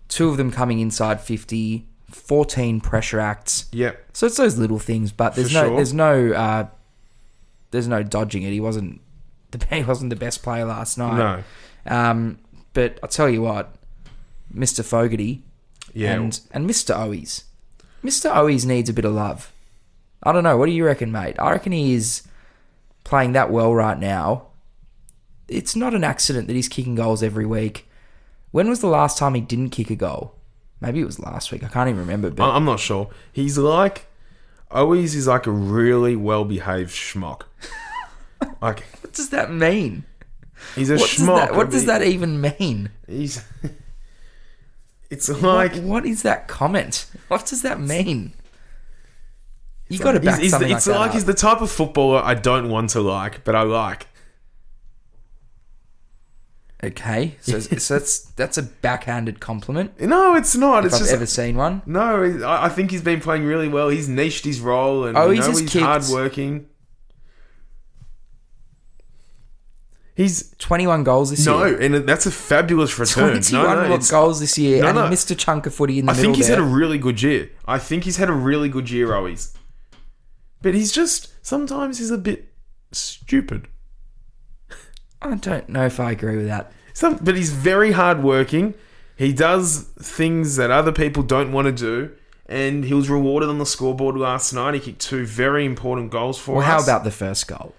[SPEAKER 5] two of them coming inside 50, 14 pressure acts.
[SPEAKER 6] Yep.
[SPEAKER 5] So it's those little things, but there's
[SPEAKER 6] For
[SPEAKER 5] no
[SPEAKER 6] sure.
[SPEAKER 5] there's no uh, there's no dodging it. He wasn't the he wasn't the best player last night.
[SPEAKER 6] No.
[SPEAKER 5] No. Um, but I tell you what, Mr. Fogarty
[SPEAKER 6] Yeah.
[SPEAKER 5] and and Mr. Owies. Mr. Owies needs a bit of love. I don't know. What do you reckon, mate? I reckon he is playing that well right now. It's not an accident that he's kicking goals every week. When was the last time he didn't kick a goal? Maybe it was last week. I can't even remember. But
[SPEAKER 6] I- I'm not sure. He's like Owies is like a really well behaved schmuck. like
[SPEAKER 5] what does that mean?
[SPEAKER 6] he's a
[SPEAKER 5] What does
[SPEAKER 6] schmuck.
[SPEAKER 5] that, what
[SPEAKER 6] I
[SPEAKER 5] does
[SPEAKER 6] mean,
[SPEAKER 5] that even mean?
[SPEAKER 6] He's. it's like
[SPEAKER 5] What- what is that comment? What does that mean? You got to
[SPEAKER 6] he's,
[SPEAKER 5] back
[SPEAKER 6] he's
[SPEAKER 5] something
[SPEAKER 6] the, it's
[SPEAKER 5] like,
[SPEAKER 6] like,
[SPEAKER 5] that
[SPEAKER 6] he's
[SPEAKER 5] up.
[SPEAKER 6] the type of footballer I don't want to like, but I like.
[SPEAKER 5] okay, so, so that's that's a backhanded compliment.
[SPEAKER 6] No, it's not.
[SPEAKER 5] If
[SPEAKER 6] It's
[SPEAKER 5] I've
[SPEAKER 6] just
[SPEAKER 5] ever seen one.
[SPEAKER 6] no. he- I I think he's been playing really well. He's niched his role, and
[SPEAKER 5] Owies
[SPEAKER 6] you know,
[SPEAKER 5] has
[SPEAKER 6] he's
[SPEAKER 5] Oh, kicked-
[SPEAKER 6] hard working. He's
[SPEAKER 5] 21 goals this
[SPEAKER 6] no,
[SPEAKER 5] year.
[SPEAKER 6] and that's a fabulous return.
[SPEAKER 5] 21
[SPEAKER 6] No, no,
[SPEAKER 5] more
[SPEAKER 6] it's-
[SPEAKER 5] goals this year
[SPEAKER 6] No,
[SPEAKER 5] and
[SPEAKER 6] no.
[SPEAKER 5] he missed a chunk of footy in the
[SPEAKER 6] I
[SPEAKER 5] middle
[SPEAKER 6] think he's
[SPEAKER 5] there.
[SPEAKER 6] had a really good year. I think he's had a really good year, Owies. But he's just sometimes he's a bit stupid.
[SPEAKER 5] I don't know if I agree with that.
[SPEAKER 6] Some, but he's very hardworking. He does things that other people don't want to do, and he was rewarded on the scoreboard last night. He kicked two very important goals for
[SPEAKER 5] Well,
[SPEAKER 6] us.
[SPEAKER 5] how about the first goal?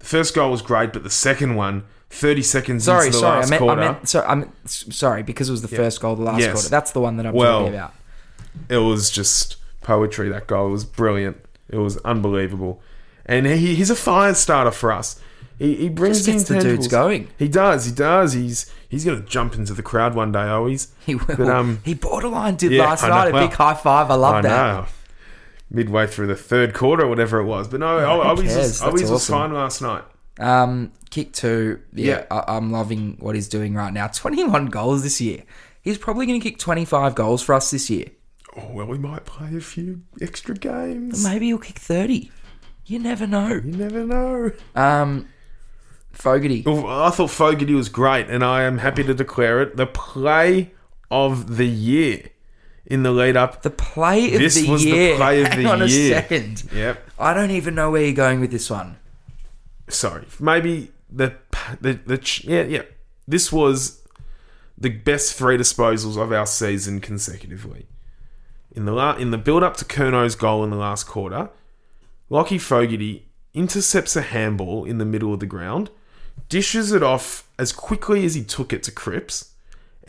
[SPEAKER 6] the first goal was great, but the second one, thirty seconds
[SPEAKER 5] Sorry,
[SPEAKER 6] into the
[SPEAKER 5] sorry. I
[SPEAKER 6] last
[SPEAKER 5] meant, I
[SPEAKER 6] quarter,
[SPEAKER 5] meant, sorry, I meant, s- sorry, because it was the first goal, the last
[SPEAKER 6] Yes.
[SPEAKER 5] quarter. That's the one that I'm
[SPEAKER 6] Well,
[SPEAKER 5] talking about.
[SPEAKER 6] it was just poetry. That goal It was brilliant. It was unbelievable, and he, he's a fire starter for us. He, he brings
[SPEAKER 5] Just gets
[SPEAKER 6] in
[SPEAKER 5] the dudes
[SPEAKER 6] tentacles.
[SPEAKER 5] going.
[SPEAKER 6] He does. He does. He's he's gonna jump into the crowd one day. Always.
[SPEAKER 5] He will.
[SPEAKER 6] But, um,
[SPEAKER 5] he borderline did
[SPEAKER 6] yeah,
[SPEAKER 5] last
[SPEAKER 6] I
[SPEAKER 5] night.
[SPEAKER 6] know.
[SPEAKER 5] A big high five. I love
[SPEAKER 6] I
[SPEAKER 5] that.
[SPEAKER 6] know. Midway through the third quarter, or whatever it was. But no, I, I was
[SPEAKER 5] cares?
[SPEAKER 6] just, I
[SPEAKER 5] That's
[SPEAKER 6] was just
[SPEAKER 5] awesome.
[SPEAKER 6] fine last night.
[SPEAKER 5] Um, kick two. Yeah,
[SPEAKER 6] Yeah.
[SPEAKER 5] I, I'm loving what he's doing right now. 21 goals this year. He's probably going to kick 25 goals for us this year.
[SPEAKER 6] Oh well, we might play a few extra games.
[SPEAKER 5] Maybe he'll kick 30. You never know.
[SPEAKER 6] You never know.
[SPEAKER 5] Um, Fogarty.
[SPEAKER 6] Well, I thought Fogarty was great, and I am happy to declare it the play of the year in the lead up.
[SPEAKER 5] The play of
[SPEAKER 6] This
[SPEAKER 5] the
[SPEAKER 6] was the
[SPEAKER 5] year.
[SPEAKER 6] play of
[SPEAKER 5] Hang
[SPEAKER 6] the
[SPEAKER 5] on a
[SPEAKER 6] year.
[SPEAKER 5] second.
[SPEAKER 6] Yep.
[SPEAKER 5] I don't even know where you're going with this one.
[SPEAKER 6] Sorry. Maybe the the the ch- yeah yeah. This was the best three disposals of our season consecutively. In the la- in the build up to Kerno's goal in the last quarter, Lockie Fogarty intercepts a handball in the middle of the ground, dishes it off as quickly as he took it to Cripps,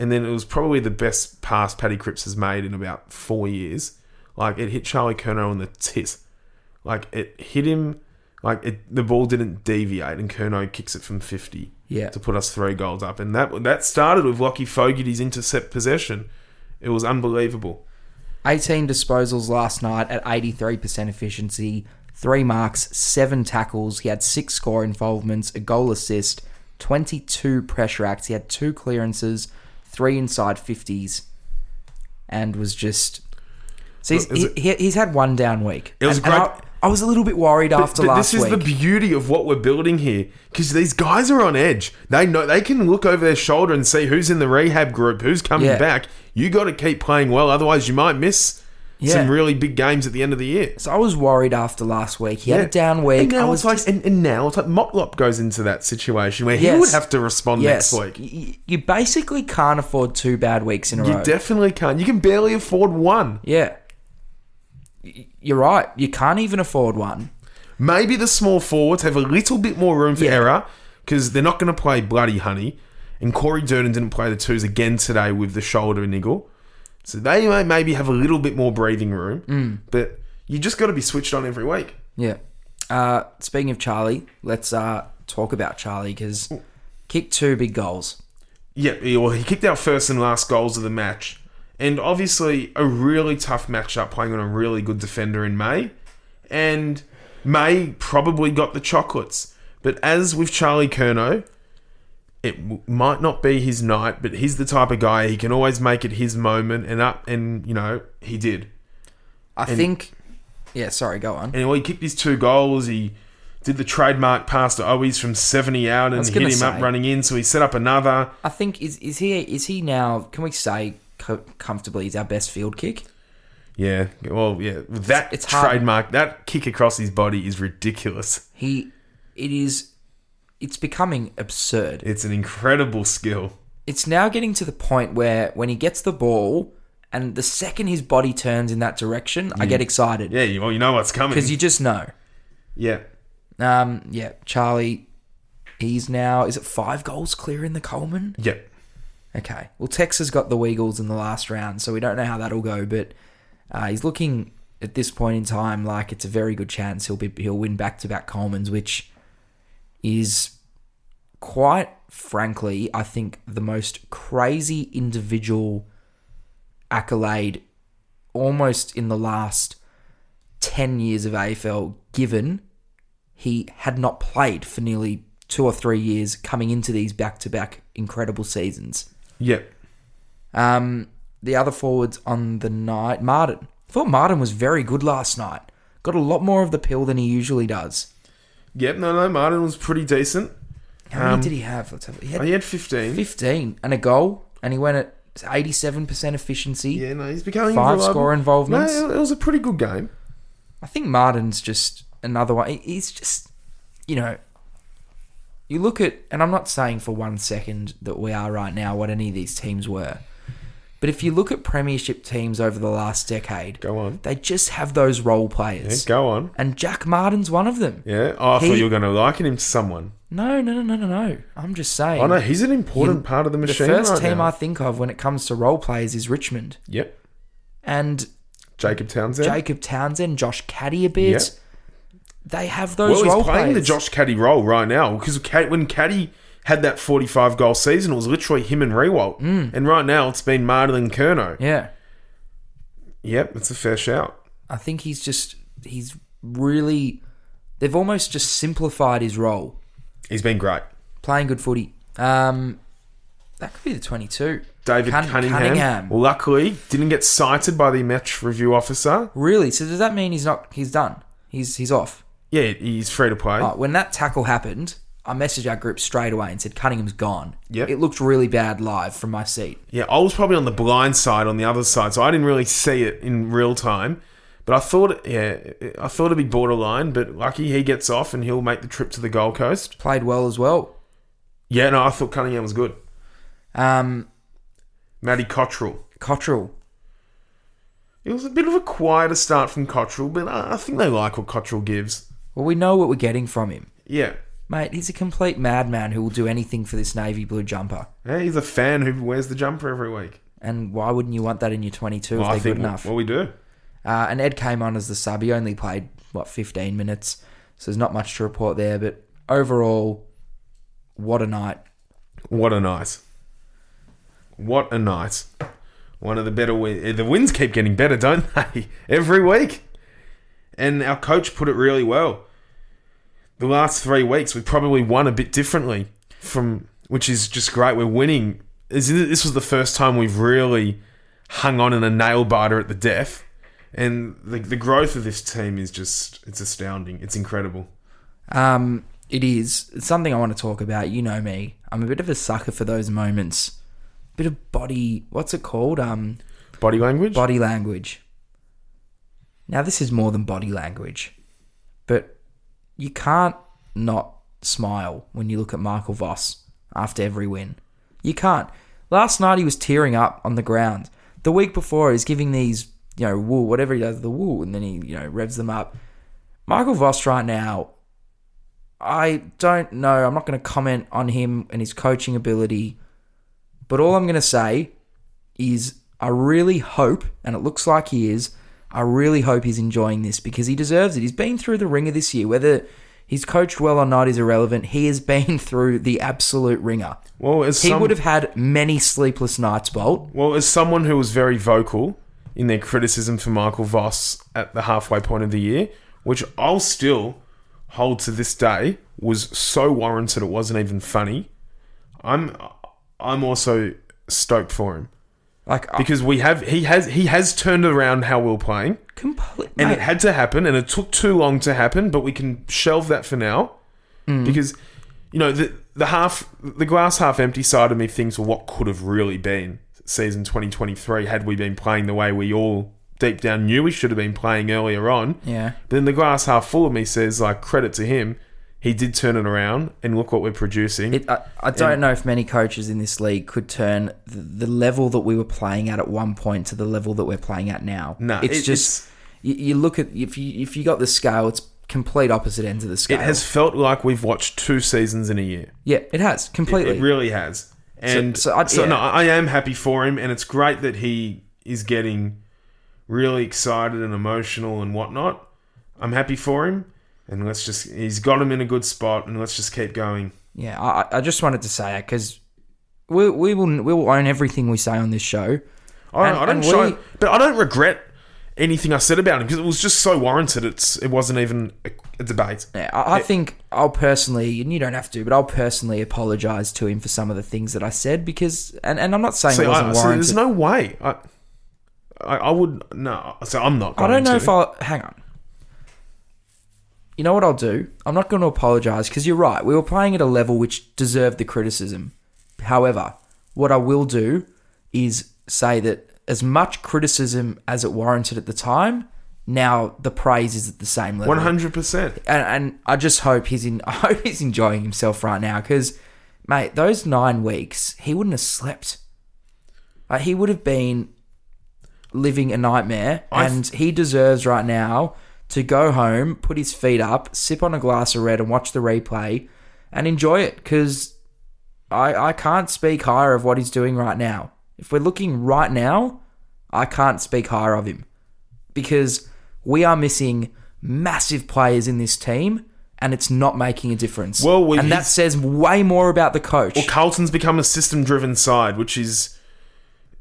[SPEAKER 6] and then it was probably the best pass Paddy Cripps has made in about four years. Like it hit Charlie Kerno in the tit. Like it hit him. Like it, the ball didn't deviate, and Kerno kicks it from fifty
[SPEAKER 5] Yeah.
[SPEAKER 6] to put us three goals up, and that that started with Lockie Fogarty's intercept possession. It was unbelievable.
[SPEAKER 5] 18 disposals last night at 83% efficiency, three marks, seven tackles. He had six score involvements, a goal assist, 22 pressure acts. He had two clearances, three inside 50s, and was just. So he's,
[SPEAKER 6] Is
[SPEAKER 5] he,
[SPEAKER 6] it-
[SPEAKER 5] he- he's had one down week.
[SPEAKER 6] It was
[SPEAKER 5] And- and
[SPEAKER 6] great.
[SPEAKER 5] I, I was a little bit worried after
[SPEAKER 6] But
[SPEAKER 5] last
[SPEAKER 6] this is
[SPEAKER 5] week.
[SPEAKER 6] the beauty of what we're building here because these guys are on edge they know they can look over their shoulder and see who's in the rehab group who's coming
[SPEAKER 5] Yeah.
[SPEAKER 6] back you got to keep playing well otherwise you might miss some
[SPEAKER 5] Yeah.
[SPEAKER 6] really big games at the end of the year
[SPEAKER 5] so I was worried after last week. He had a down week.
[SPEAKER 6] and now
[SPEAKER 5] I was
[SPEAKER 6] it's like
[SPEAKER 5] just-
[SPEAKER 6] and, and now it's like Motlop goes into that situation where he
[SPEAKER 5] Yes.
[SPEAKER 6] would have to respond
[SPEAKER 5] yes,
[SPEAKER 6] next week
[SPEAKER 5] Y- you basically can't afford two bad weeks in a
[SPEAKER 6] you
[SPEAKER 5] row.
[SPEAKER 6] definitely can't you can barely afford one
[SPEAKER 5] yeah, Y- you're right. You can't even afford one.
[SPEAKER 6] Maybe the small forwards have a little bit more room for
[SPEAKER 5] Yeah.
[SPEAKER 6] error because they're not going to play bloody honey. And Corey Durden didn't play the twos again today with the shoulder niggle. So they may maybe have a little bit more breathing room. But you just got to be switched on every week.
[SPEAKER 5] Yeah. Uh, speaking of Charlie, let's uh, talk about Charlie because kicked two big goals.
[SPEAKER 6] Yep, he- well, he kicked our first and last goals of the match. And obviously, a really tough matchup playing on a really good defender in May. And May probably got the chocolates. But as with Charlie Kerno, it w- might not be his night, but he's the type of guy he can always make it his moment. And up, and you know, he did.
[SPEAKER 5] I think. Yeah, sorry, go on.
[SPEAKER 6] And well, he kicked his two goals. He did the trademark pass to Owies from 70 out and
[SPEAKER 5] was
[SPEAKER 6] hit
[SPEAKER 5] gonna
[SPEAKER 6] him up
[SPEAKER 5] say.
[SPEAKER 6] running in. So he set up another.
[SPEAKER 5] I think is is he is he now? Can we say co- comfortably he's our best field kick?
[SPEAKER 6] Yeah. Well, yeah. That
[SPEAKER 5] It's hard.
[SPEAKER 6] trademark, that kick across his body is ridiculous.
[SPEAKER 5] He it is. It's becoming absurd.
[SPEAKER 6] It's an incredible skill.
[SPEAKER 5] it's now getting to the point where when he gets the ball and the second his body turns in that direction, I get excited
[SPEAKER 6] Yeah. You, well, you know what's coming.
[SPEAKER 5] because you just know.
[SPEAKER 6] yeah.
[SPEAKER 5] Um, yeah, Charlie, he's now is it five goals clear in the Coleman?
[SPEAKER 6] Yeah.
[SPEAKER 5] Okay, well Texas got the Weagles in the last round, so we don't know how that'll go, but uh, he's looking at this point in time like it's a very good chance he'll be he'll win back to back Colemans, which is quite frankly, I think the most crazy individual accolade almost in the last 10 years of AFL, given he had not played for nearly two or three years coming into these back to back incredible seasons.
[SPEAKER 6] Yeah.
[SPEAKER 5] Um, the other forwards on the night, Martin. I thought Martin was very good last night. Got a lot more of the pill than he usually does.
[SPEAKER 6] Yep. No, no. Martin was pretty decent.
[SPEAKER 5] How
[SPEAKER 6] Um,
[SPEAKER 5] many did he have? Let's have. He had
[SPEAKER 6] He had 15.
[SPEAKER 5] 15 and a goal, and he went at 87% efficiency.
[SPEAKER 6] Yeah. No, he's becoming
[SPEAKER 5] Five
[SPEAKER 6] reliable.
[SPEAKER 5] score involvements.
[SPEAKER 6] No, it was a pretty good game.
[SPEAKER 5] I think Martin's just another one. He- He's just, you know, you look at, and I'm not saying for one second that we are right now what any of these teams were, but if you look at Premiership teams over the last decade,
[SPEAKER 6] Go on.
[SPEAKER 5] they just have those role
[SPEAKER 6] Yeah,
[SPEAKER 5] players.
[SPEAKER 6] go on.
[SPEAKER 5] And Jack Martin's one of them.
[SPEAKER 6] Yeah. Oh, I
[SPEAKER 5] He-
[SPEAKER 6] thought you were going to liken him to someone.
[SPEAKER 5] No, no, no, no, no, no. I'm just saying.
[SPEAKER 6] Oh, no. He's an important part of the
[SPEAKER 5] the
[SPEAKER 6] machine.
[SPEAKER 5] first
[SPEAKER 6] right
[SPEAKER 5] team
[SPEAKER 6] now.
[SPEAKER 5] I think of when it comes to role players is Richmond.
[SPEAKER 6] Yep.
[SPEAKER 5] And
[SPEAKER 6] Jacob Townsend.
[SPEAKER 5] Jacob Townsend, Josh Caddy a bit.
[SPEAKER 6] Yep.
[SPEAKER 5] They have those
[SPEAKER 6] Well, he's
[SPEAKER 5] role
[SPEAKER 6] playing
[SPEAKER 5] players.
[SPEAKER 6] the Josh Caddy role right now because Cad- when Caddy had that 45 goal season, it was literally him and Rewalt.
[SPEAKER 5] Mm.
[SPEAKER 6] And right now, it's been Martin and Kerno.
[SPEAKER 5] yeah.
[SPEAKER 6] Yep, it's a fair shout.
[SPEAKER 5] I think he's just he's really they've almost just simplified his role.
[SPEAKER 6] He's been great.
[SPEAKER 5] Playing good footy. Um that could be the twenty two.
[SPEAKER 6] David Cunningham, luckily didn't get cited by the match review officer.
[SPEAKER 5] Really? So does that mean he's not he's done? He's he's off.
[SPEAKER 6] Yeah, he's free to play.
[SPEAKER 5] Uh, when that tackle happened, I messaged our group straight away and said Cunningham's gone.
[SPEAKER 6] Yep.
[SPEAKER 5] It looked really bad live from my seat.
[SPEAKER 6] Yeah, I was probably on the blind side, on the other side, so I didn't really see it in real time. But I thought, yeah, I thought it'd be borderline. But lucky he gets off and he'll make the trip to the Gold Coast.
[SPEAKER 5] Played well as well.
[SPEAKER 6] Yeah, no, I thought Cunningham was good.
[SPEAKER 5] Um
[SPEAKER 6] Matty Cottrell.
[SPEAKER 5] Cottrell.
[SPEAKER 6] It was a bit of a quieter start from Cottrell, but I I think they like what Cottrell gives.
[SPEAKER 5] Well we know what we're getting from him.
[SPEAKER 6] Yeah.
[SPEAKER 5] Mate, he's a complete madman who will do anything for this navy blue jumper.
[SPEAKER 6] Yeah, he's a fan who wears the jumper every week.
[SPEAKER 5] And why wouldn't you want that in your 22
[SPEAKER 6] Well,
[SPEAKER 5] if
[SPEAKER 6] I
[SPEAKER 5] they're
[SPEAKER 6] think
[SPEAKER 5] good enough?
[SPEAKER 6] Well, we do.
[SPEAKER 5] uh, and Ed came on as the sub. He only played, what, 15 minutes. So there's not much to report there. But overall, what a night.
[SPEAKER 6] What a night. What a night. One of the better wins. The wins keep getting better, don't they? Every week. And our coach put it really well. The last three weeks, we probably won a bit differently from, which is just great. We're winning. This this was the first time we've really hung on in a nail biter at the death. And the, the growth of this team is just, it's astounding. It's incredible.
[SPEAKER 5] Um, it is. It's something I want to talk about. You know me. I'm a bit of a sucker for those moments. Bit of body. What's it called? Um,
[SPEAKER 6] Body language?
[SPEAKER 5] body language. Now, this is more than body language, but you can't not smile when you look at Michael Voss after every win. You can't. Last night he was tearing up on the ground. The week before he's giving these, you know, wool, whatever he does, the wool, and then he, you know, revs them up. Michael Voss right now, I don't know. I'm not going to comment on him and his coaching ability, but all I'm going to say is I really hope, and it looks like he is, I really hope he's enjoying this because he deserves it. He's been through the ringer this year. Whether he's coached well or not is irrelevant. He has been through the absolute ringer.
[SPEAKER 6] Well, as
[SPEAKER 5] he
[SPEAKER 6] some-
[SPEAKER 5] would have had many sleepless nights, Bolt.
[SPEAKER 6] Well, as someone who was very vocal in their criticism for Michael Voss at the halfway point of the year, which I'll still hold to this day, was so warranted it wasn't even funny. I'm I'm also stoked for him
[SPEAKER 5] Like, I
[SPEAKER 6] because we have he has he has turned around how we're playing
[SPEAKER 5] complete,
[SPEAKER 6] and
[SPEAKER 5] mate,
[SPEAKER 6] it had to happen, and it took too long to happen, but we can shelve that for now
[SPEAKER 5] Mm.
[SPEAKER 6] because you know the the half the glass half empty side of me thinks well, what could have really been season 2023 had we been playing the way we all deep down knew we should have been playing earlier on.
[SPEAKER 5] Yeah.
[SPEAKER 6] But then the glass half full of me says like credit to him, he did turn it around, and look what we're producing.
[SPEAKER 5] It, I, I don't know if many coaches in this league could turn the, the level that we were playing at at one point to the level that we're playing at now.
[SPEAKER 6] No,
[SPEAKER 5] it's
[SPEAKER 6] it-
[SPEAKER 5] just you, you look at if you if you got the scale, it's complete opposite ends of the scale.
[SPEAKER 6] it has felt like we've watched two seasons in a year.
[SPEAKER 5] yeah, it has completely.
[SPEAKER 6] It really has. And
[SPEAKER 5] so
[SPEAKER 6] so,
[SPEAKER 5] I'd- yeah.
[SPEAKER 6] no, I am happy for him, and it's great that he is getting really excited and emotional and whatnot. I'm happy for him, and let's just—he's got him in a good spot, and let's just keep going.
[SPEAKER 5] Yeah, I, I- I just wanted to say it because we, we will we will own everything we say on this show.
[SPEAKER 6] I,
[SPEAKER 5] And-
[SPEAKER 6] I don't,
[SPEAKER 5] and
[SPEAKER 6] shy-
[SPEAKER 5] we-
[SPEAKER 6] but I don't regret anything I said about him because it was just so warranted. It's—it wasn't even a, a debate.
[SPEAKER 5] Yeah, I, I think I'll personally, and you don't have to, but I'll personally apologise to him for some of the things that I said because, and, and I'm not saying
[SPEAKER 6] See,
[SPEAKER 5] it wasn't
[SPEAKER 6] I, see,
[SPEAKER 5] warranted.
[SPEAKER 6] there's no way. I, I, I would no. So I'm not.
[SPEAKER 5] I
[SPEAKER 6] Going
[SPEAKER 5] don't know
[SPEAKER 6] to.
[SPEAKER 5] if I'll. Hang on. You know what I'll do? I'm not going to apologise because you're right. We were playing at a level which deserved the criticism. However, what I will do is say that as much criticism as it warranted at the time, now the praise is at the same level.
[SPEAKER 6] 100. percent
[SPEAKER 5] And, and I just hope he's in. I hope he's enjoying himself right now because, mate, those nine weeks he wouldn't have slept. Like, he would have been living a nightmare,
[SPEAKER 6] I-
[SPEAKER 5] and he deserves right now to go home, put his feet up, sip on a glass of red, and watch the replay, and enjoy it. Because I I can't speak higher of what he's doing right now. If we're looking right now, I can't speak higher of him because we are missing massive players in this team and it's not making a difference.
[SPEAKER 6] Well, we-
[SPEAKER 5] and that
[SPEAKER 6] he's-
[SPEAKER 5] says way more about the coach.
[SPEAKER 6] Well, Carlton's become a system driven side, which is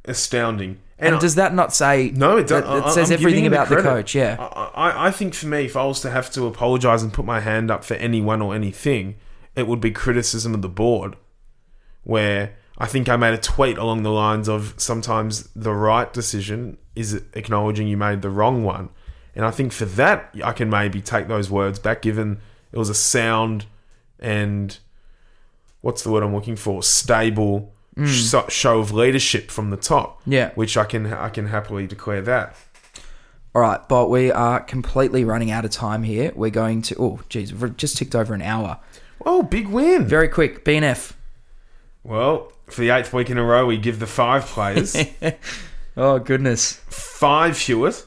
[SPEAKER 6] astounding.
[SPEAKER 5] and does that not say
[SPEAKER 6] no, it, does,
[SPEAKER 5] that- that says everything about the, coach, yeah.
[SPEAKER 6] I, I- I think for me, if I was to have to apologise and put my hand up for anyone or anything, it would be criticism of the board, where I think I made a tweet along the lines of sometimes the right decision is acknowledging you made the wrong one. And I think for that, I can maybe take those words back, given it was a sound and what's the word I'm looking for? Stable sho- show of leadership from the top.
[SPEAKER 5] Yeah.
[SPEAKER 6] which I can I can happily declare that.
[SPEAKER 5] All right, but we are completely running out of time here. We're going to oh geez, we've just ticked over an hour.
[SPEAKER 6] Oh, big win!
[SPEAKER 5] Very quick, BNF.
[SPEAKER 6] well, for the eighth week in a row, we give the five players
[SPEAKER 5] Oh goodness.
[SPEAKER 6] five Hewitt,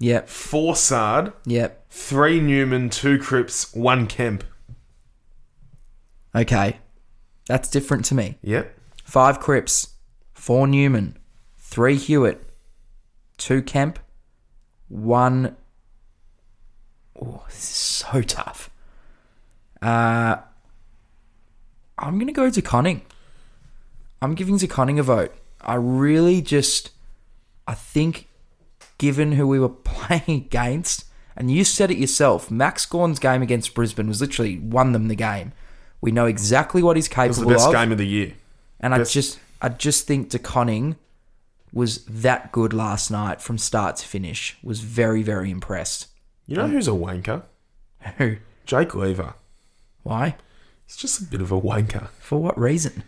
[SPEAKER 5] Yep,
[SPEAKER 6] four Sard,
[SPEAKER 5] yep.
[SPEAKER 6] three Newman, two Cripps, one Kemp.
[SPEAKER 5] Okay. That's different to me.
[SPEAKER 6] Yep.
[SPEAKER 5] Five Cripps, four Newman, three Hewitt, two Kemp, one. Oh, this is so tough. Uh, I'm going to go to Conning. I'm giving Zaconning a vote. I really just, I think, given who we were playing against, and you said it yourself, Max Gorn's game against Brisbane was literally won them the game. We know exactly what he's
[SPEAKER 6] It was
[SPEAKER 5] capable
[SPEAKER 6] the best
[SPEAKER 5] of.
[SPEAKER 6] game of the year.
[SPEAKER 5] And I
[SPEAKER 6] Yes.
[SPEAKER 5] just I just think DeConning was that good last night from start to finish. Was very, very impressed.
[SPEAKER 6] You know who's a wanker?
[SPEAKER 5] Who?
[SPEAKER 6] Jake Lever.
[SPEAKER 5] Why?
[SPEAKER 6] He's just a bit of a wanker.
[SPEAKER 5] For what reason?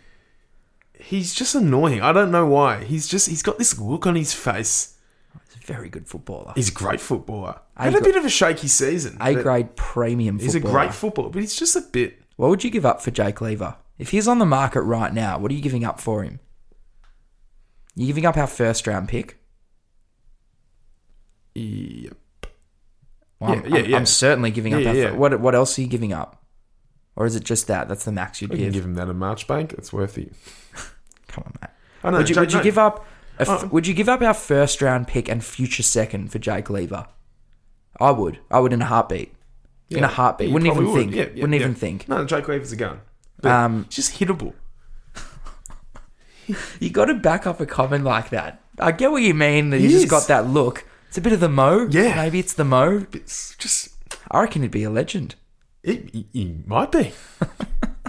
[SPEAKER 6] He's just annoying. I don't know why. He's just he's got this look on his face.
[SPEAKER 5] He's a very good footballer.
[SPEAKER 6] He's a great footballer. Had a
[SPEAKER 5] gra-
[SPEAKER 6] bit of a shaky season.
[SPEAKER 5] A
[SPEAKER 6] but
[SPEAKER 5] grade premium
[SPEAKER 6] He's
[SPEAKER 5] footballer.
[SPEAKER 6] a great footballer, but he's just a bit.
[SPEAKER 5] What would you give up for Jake Lever? If he's on the market right now, what are you giving up for him? You're giving up our first round pick?
[SPEAKER 6] Yep.
[SPEAKER 5] Well,
[SPEAKER 6] Yeah,
[SPEAKER 5] I'm,
[SPEAKER 6] yeah,
[SPEAKER 5] I'm-
[SPEAKER 6] yeah.
[SPEAKER 5] I'm certainly giving up
[SPEAKER 6] Yeah,
[SPEAKER 5] our
[SPEAKER 6] yeah,
[SPEAKER 5] fir-
[SPEAKER 6] yeah.
[SPEAKER 5] What, what else are you giving up? Or is it just that? That's the max you'd
[SPEAKER 6] You can
[SPEAKER 5] give.
[SPEAKER 6] give him that a Marchbank. It's worthy.
[SPEAKER 5] Come on, mate.
[SPEAKER 6] I know.
[SPEAKER 5] Would you,
[SPEAKER 6] Jake-
[SPEAKER 5] would you
[SPEAKER 6] no. Uh-uh.
[SPEAKER 5] give up? A f- Would you give up our first round pick and future second for Jake Lever? I would. I would in a heartbeat. In a
[SPEAKER 6] Yeah.
[SPEAKER 5] heartbeat.
[SPEAKER 6] You
[SPEAKER 5] Wouldn't even
[SPEAKER 6] probably
[SPEAKER 5] think.
[SPEAKER 6] would. Yeah, yeah,
[SPEAKER 5] Wouldn't even
[SPEAKER 6] yeah.
[SPEAKER 5] think.
[SPEAKER 6] No, Jake Lever's a gun. But
[SPEAKER 5] Um,
[SPEAKER 6] he's just hittable.
[SPEAKER 5] You got to back up a comment like that. I get what you mean. That you
[SPEAKER 6] He
[SPEAKER 5] just
[SPEAKER 6] is.
[SPEAKER 5] got that look. It's a bit of the mo.
[SPEAKER 6] Yeah.
[SPEAKER 5] Maybe it's the mo.
[SPEAKER 6] It's just
[SPEAKER 5] I reckon he'd be a legend.
[SPEAKER 6] it, he- he might be,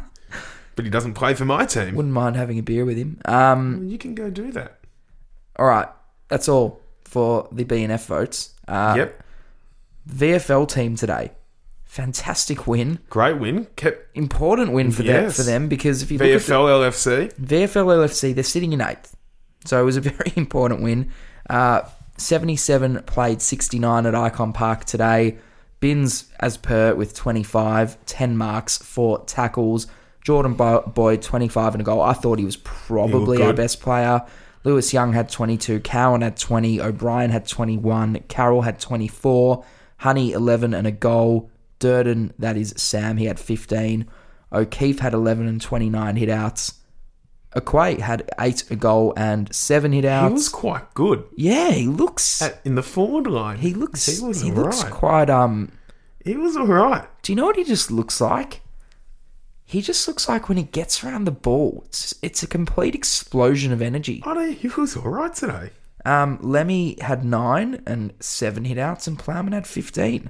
[SPEAKER 6] but he doesn't play for my team.
[SPEAKER 5] Wouldn't mind having a beer with him. Um,
[SPEAKER 6] you can go do that.
[SPEAKER 5] all right. That's all for the BNF votes. Uh,
[SPEAKER 6] yep,
[SPEAKER 5] VFL team today. Fantastic win.
[SPEAKER 6] great win. Kept
[SPEAKER 5] Important win for them
[SPEAKER 6] Yes.
[SPEAKER 5] for them because if you look at the-
[SPEAKER 6] VFL LFC.
[SPEAKER 5] VFL LFC, they're sitting in eighth. So it was a very important win. Uh, 77 played 69 at Icon Park today. Bins, as per, with 25, 10 marks, 4 tackles. Jordan Bo- Boyd, 25 and a goal. I thought he was probably our
[SPEAKER 6] good.
[SPEAKER 5] best player. Lewis Young had 22, Cowan had 20, O'Brien had 21, Carroll had 24, Honey 11 and a goal, Durden, that is Sam, he had 15, O'Keefe had 11 and 29 hit outs, Aquay had eight a goal and seven hit
[SPEAKER 6] He
[SPEAKER 5] outs.
[SPEAKER 6] was quite good
[SPEAKER 5] yeah, he looks.
[SPEAKER 6] at, in the forward line.
[SPEAKER 5] he looks. He,
[SPEAKER 6] was
[SPEAKER 5] looks
[SPEAKER 6] alright.
[SPEAKER 5] quite. Um.
[SPEAKER 6] He was all right.
[SPEAKER 5] Do you know what he just looks like? He just looks like when he gets around the ball. It's, it's a complete explosion of energy.
[SPEAKER 6] I know he was all right today.
[SPEAKER 5] Um, Lemmy had nine and seven hit outs, and Plowman had fifteen.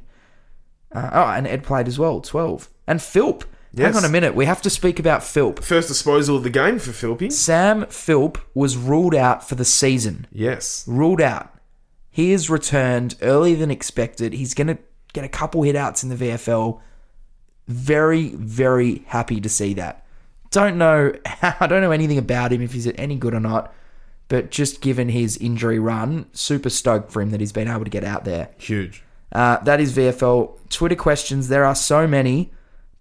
[SPEAKER 5] Uh, oh, and Ed played as well, twelve. And Philp.
[SPEAKER 6] Yes.
[SPEAKER 5] Hang on a minute. We have to speak about Philp.
[SPEAKER 6] First disposal of the game for Philpy.
[SPEAKER 5] Sam Philp was ruled out for the season.
[SPEAKER 6] Yes,
[SPEAKER 5] ruled out. He is returned earlier than expected. He's going to get a couple hit outs in the VFL. Very, very happy to see that. Don't know, I don't know anything about him if he's any good or not, but just given his injury run, super stoked for him that he's been able to get out there.
[SPEAKER 6] huge.
[SPEAKER 5] Uh, that is VFL. Twitter questions. There are so many.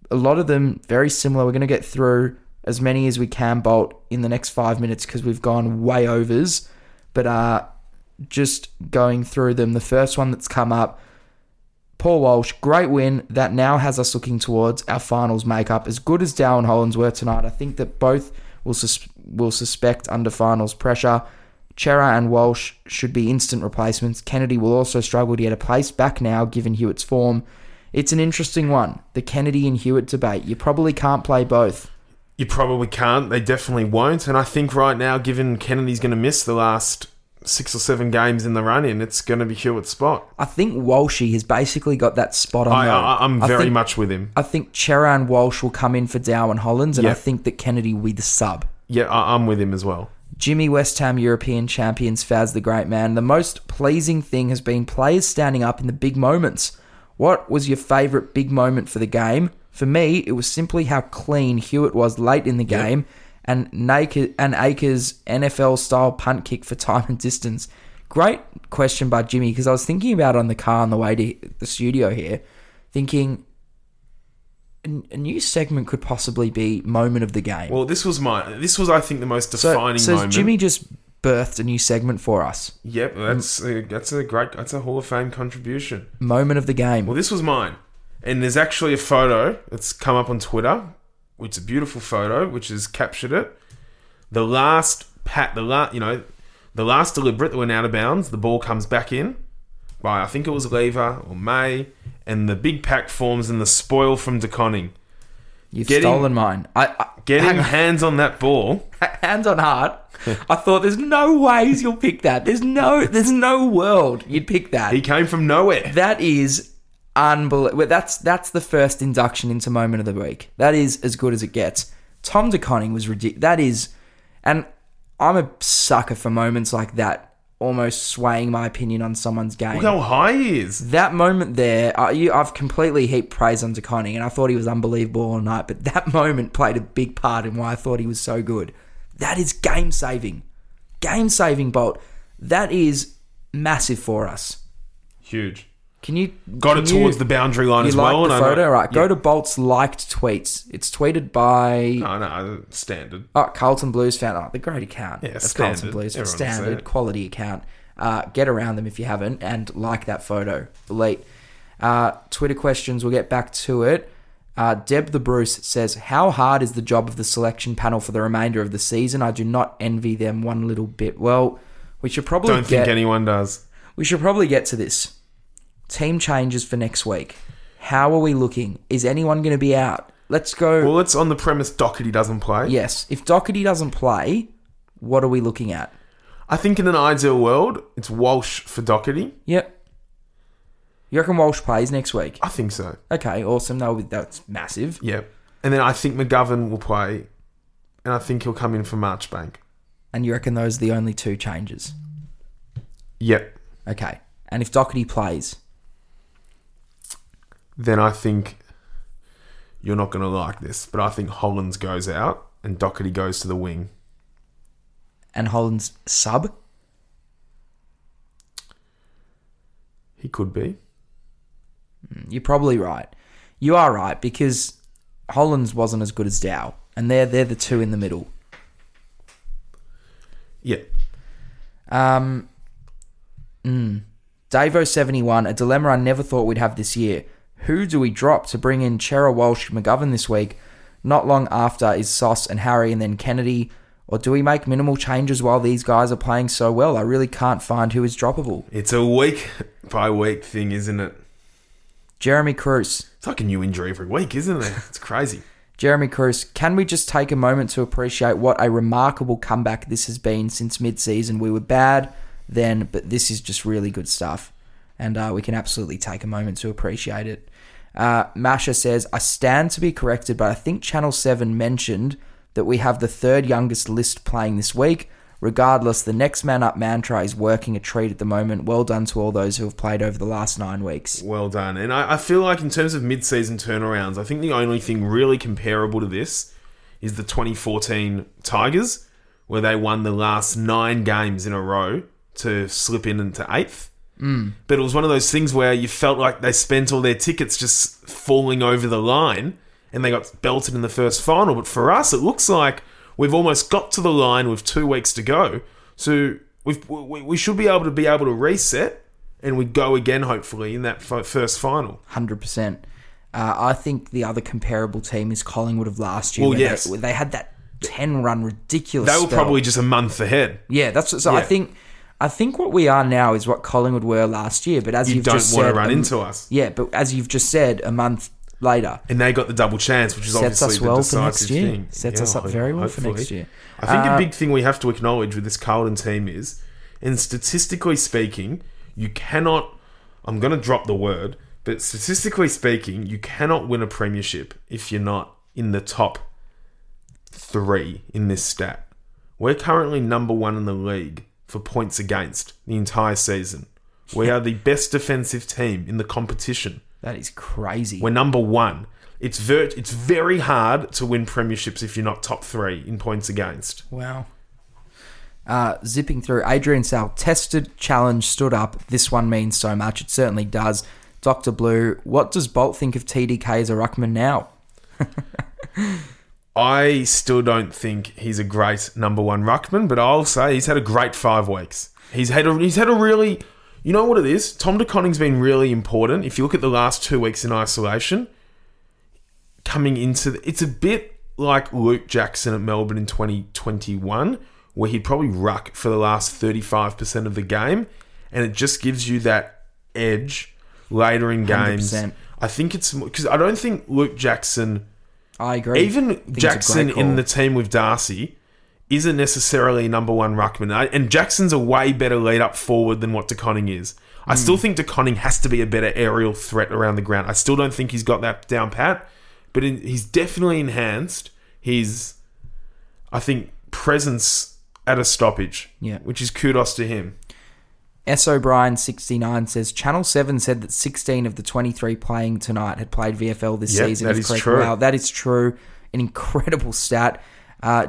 [SPEAKER 5] A lot of them very similar. We're going to get through as many as we can, Bolt, in the next five minutes because we've gone way overs. But uh, just going through them. The first one that's come up Paul Walsh, great win that now has us looking towards our finals makeup. As good as Dow and Hollands were tonight, I think that both will sus- will suspect under finals pressure. Chera and Walsh should be instant replacements. Kennedy will also struggle to get a place back now, given Hewitt's form. It's an interesting one, the Kennedy and Hewitt debate. You probably can't play both.
[SPEAKER 6] You probably can't. They definitely won't. And I think right now, given Kennedy's going to miss the last six or seven games in the run in, it's going to be Hewitt's spot.
[SPEAKER 5] I think Walshy has basically got that spot on.
[SPEAKER 6] I,
[SPEAKER 5] though.
[SPEAKER 6] I, I'm
[SPEAKER 5] I
[SPEAKER 6] very
[SPEAKER 5] think-
[SPEAKER 6] much with him.
[SPEAKER 5] I think Chera and Walsh will come in for Dow and Hollands, and I
[SPEAKER 6] Yeah.
[SPEAKER 5] think that Kennedy will be the sub.
[SPEAKER 6] Yeah, I, I'm with him as well.
[SPEAKER 5] Jimmy West Ham European champions Faz the Great Man. The most pleasing thing has been players standing up in the big moments. What was your favourite big moment for the game? For me, it was simply how clean Hewitt was late in the game and Naker, and Akers NFL style punt kick for time and distance. Great question by Jimmy because I was thinking about it on the car on the way to the studio here, thinking a, a new segment could possibly be moment of the game.
[SPEAKER 6] Well, this was my. This was, I think, the most
[SPEAKER 5] So-
[SPEAKER 6] defining
[SPEAKER 5] so
[SPEAKER 6] moment.
[SPEAKER 5] Jimmy just birthed a new segment for us.
[SPEAKER 6] Yep, that's a, that's a great. That's a Hall of Fame contribution.
[SPEAKER 5] Moment of the game.
[SPEAKER 6] Well, this was mine, and there's actually a photo that's come up on Twitter. It's a beautiful photo, which has captured it. The last pat, the last, you know, the last deliberate that went out of bounds. The ball comes back in by I think it was Lever or May, and the big pack forms in the spoil from DeConning.
[SPEAKER 5] You've
[SPEAKER 6] getting-
[SPEAKER 5] stolen mine. I, I
[SPEAKER 6] Getting
[SPEAKER 5] hang on.
[SPEAKER 6] hands on that ball.
[SPEAKER 5] hands on heart. I thought there's no ways you'll pick that. There's no there's no world you'd pick that.
[SPEAKER 6] He came from nowhere.
[SPEAKER 5] that is unbelievable. That's that's the first induction into moment of the week. That is as good as it gets. Tom DeConning was ridiculous. That is, and I'm a sucker for moments like that, almost swaying my opinion on someone's game.
[SPEAKER 6] Look how high he is.
[SPEAKER 5] that moment there, I, you, I've completely heaped praise onto Connie, and I thought he was unbelievable all night. But that moment played a big part in why I thought he was so good. That is game saving, game saving Bolt. That is massive for us.
[SPEAKER 6] Huge.
[SPEAKER 5] Can you
[SPEAKER 6] Got
[SPEAKER 5] can
[SPEAKER 6] it
[SPEAKER 5] you-
[SPEAKER 6] towards the boundary line
[SPEAKER 5] You
[SPEAKER 6] as
[SPEAKER 5] like
[SPEAKER 6] well. and
[SPEAKER 5] the
[SPEAKER 6] I know-
[SPEAKER 5] photo, right?
[SPEAKER 6] Yeah.
[SPEAKER 5] Go to Bolt's liked tweets. It's tweeted by
[SPEAKER 6] No, no, standard.
[SPEAKER 5] Oh, Carlton Blues fan. Oh, the great account.
[SPEAKER 6] Yeah,
[SPEAKER 5] of
[SPEAKER 6] standard.
[SPEAKER 5] Carlton Blues fan.
[SPEAKER 6] Everyone will say
[SPEAKER 5] standard
[SPEAKER 6] it.
[SPEAKER 5] quality account. Uh, get around them if you haven't and like that photo. Elite. Uh, Twitter questions. We'll get back to it. Uh, Deb the Bruce says, "How hard is the job of the selection panel for the remainder of the season? I do not envy them one little bit." Well, we should probably
[SPEAKER 6] Don't
[SPEAKER 5] get
[SPEAKER 6] think anyone does.
[SPEAKER 5] we should probably get to this. Team changes for next week. How are we looking? Is anyone going to be out? Let's go.
[SPEAKER 6] Well, it's on the premise Doherty doesn't play.
[SPEAKER 5] Yes. If Doherty doesn't play, what are we looking at?
[SPEAKER 6] I think in an ideal world, it's Walsh for Doherty.
[SPEAKER 5] Yep. You reckon Walsh plays next week?
[SPEAKER 6] I think so.
[SPEAKER 5] Okay, awesome. That'll be, that's massive.
[SPEAKER 6] Yeah. And then I think McGovern will play, and I think he'll come in for Marchbank.
[SPEAKER 5] And you reckon those are the only two changes?
[SPEAKER 6] Yep.
[SPEAKER 5] Okay. And if Doherty plays,
[SPEAKER 6] Then I think you're not going to like this, but I think Hollands goes out and Doherty goes to the wing.
[SPEAKER 5] and Holland's sub,
[SPEAKER 6] He could be.
[SPEAKER 5] you're probably right. You are right because Holland's wasn't as good as Dow, and they're they're the two in the middle.
[SPEAKER 6] Yeah.
[SPEAKER 5] Um, mm. Davo seventy one, a dilemma I never thought we'd have this year. Who do we drop to bring in Chera Walsh McGovern this week? Not long after is Sauce and Harry, and then Kennedy. Or do we make minimal changes while these guys are playing so well? I really can't find who is droppable.
[SPEAKER 6] It's a week by week thing, isn't it?
[SPEAKER 5] Jeremy Cruz.
[SPEAKER 6] It's like a new injury every week, isn't it? It's crazy.
[SPEAKER 5] Jeremy Cruz, can we just take a moment to appreciate what a remarkable comeback this has been since mid season? We were bad then, but this is just really good stuff. And uh, we can absolutely take a moment to appreciate it. Uh, Masha says, I stand to be corrected, but I think Channel 7 mentioned that we have the third youngest list playing this week. Regardless, the next man up mantra is working a treat at the moment. Well done to all those who have played over the last nine weeks.
[SPEAKER 6] Well done. And I, I feel like in terms of mid-season turnarounds, I think the only thing really comparable to this is the 2014 Tigers, where they won the last nine games in a row to slip in into eighth. Mm. But it was one of those things where you felt like they spent all their tickets just falling over the line, and they got belted in the first final. But for us, it looks like we've almost got to the line with two weeks to go, so we've, we we should be able to be able to reset and we go again, hopefully, in that f- first final.
[SPEAKER 5] hundred percent. Uh, I think the other comparable team is Collingwood of last year.
[SPEAKER 6] Well,
[SPEAKER 5] where they-
[SPEAKER 6] yes.
[SPEAKER 5] where they, had that ten run ridiculous.
[SPEAKER 6] They were
[SPEAKER 5] spell.
[SPEAKER 6] probably just a month ahead.
[SPEAKER 5] yeah. That's so. I
[SPEAKER 6] Yeah.
[SPEAKER 5] think I think what we are now is what Collingwood were last year. But as
[SPEAKER 6] You
[SPEAKER 5] have
[SPEAKER 6] don't
[SPEAKER 5] just
[SPEAKER 6] want
[SPEAKER 5] said,
[SPEAKER 6] to run
[SPEAKER 5] um,
[SPEAKER 6] into us.
[SPEAKER 5] yeah. But as you've just said, a month later,
[SPEAKER 6] And they got the double chance, which is
[SPEAKER 5] Sets
[SPEAKER 6] obviously
[SPEAKER 5] us well
[SPEAKER 6] the
[SPEAKER 5] for
[SPEAKER 6] decisive
[SPEAKER 5] next year.
[SPEAKER 6] thing.
[SPEAKER 5] Sets us up
[SPEAKER 6] ho-
[SPEAKER 5] very well for next year.
[SPEAKER 6] I think
[SPEAKER 5] Uh,
[SPEAKER 6] a big thing we have to acknowledge with this Carlton team is, and statistically speaking, you cannot. I'm going to drop the word, but statistically speaking, you cannot win a premiership if you're not in the top three in this stat. We're currently number one in the league for points against the entire season. We are the best defensive team in the competition.
[SPEAKER 5] that is crazy.
[SPEAKER 6] We're number one. It's ver- it's very hard to win premierships if you're not top three in points against.
[SPEAKER 5] wow. Uh, zipping through, Adrian Sal tested, challenged, stood up. This one means so much. It certainly does. Doctor Blue, what does Bolt think of TDK as a ruckman now?
[SPEAKER 6] I still don't think he's a great number one ruckman, but I'll say he's had a great five weeks. He's had a, he's had a really, you know what it is. Tom DeConning's been really important. If you look at the last two weeks in isolation, coming into the, it's a bit like Luke Jackson at Melbourne in 2021, where he'd probably ruck for the last 35% of the game, and it just gives you that edge later in games.
[SPEAKER 5] 100%.
[SPEAKER 6] I think it's because I don't think Luke Jackson.
[SPEAKER 5] I agree. I think
[SPEAKER 6] Even
[SPEAKER 5] it's a
[SPEAKER 6] Jackson
[SPEAKER 5] great call.
[SPEAKER 6] in the team with Darcy isn't necessarily a number one ruckman, I- and Jackson's a way better lead up forward than what DeConning is. I still
[SPEAKER 5] Hmm.
[SPEAKER 6] think DeConning has to be a better aerial threat around the ground. I still don't think he's got that down pat, but in, he's definitely enhanced his, I think, presence at a stoppage.
[SPEAKER 5] Yeah.
[SPEAKER 6] Which is kudos to him.
[SPEAKER 5] S. O'Brien 69 says Channel 7 said that 16 of the 23 playing tonight had played VFL this
[SPEAKER 6] Yep,
[SPEAKER 5] season.
[SPEAKER 6] that
[SPEAKER 5] if
[SPEAKER 6] is
[SPEAKER 5] correct.
[SPEAKER 6] true.
[SPEAKER 5] Wow, that is true. An incredible stat. Uh,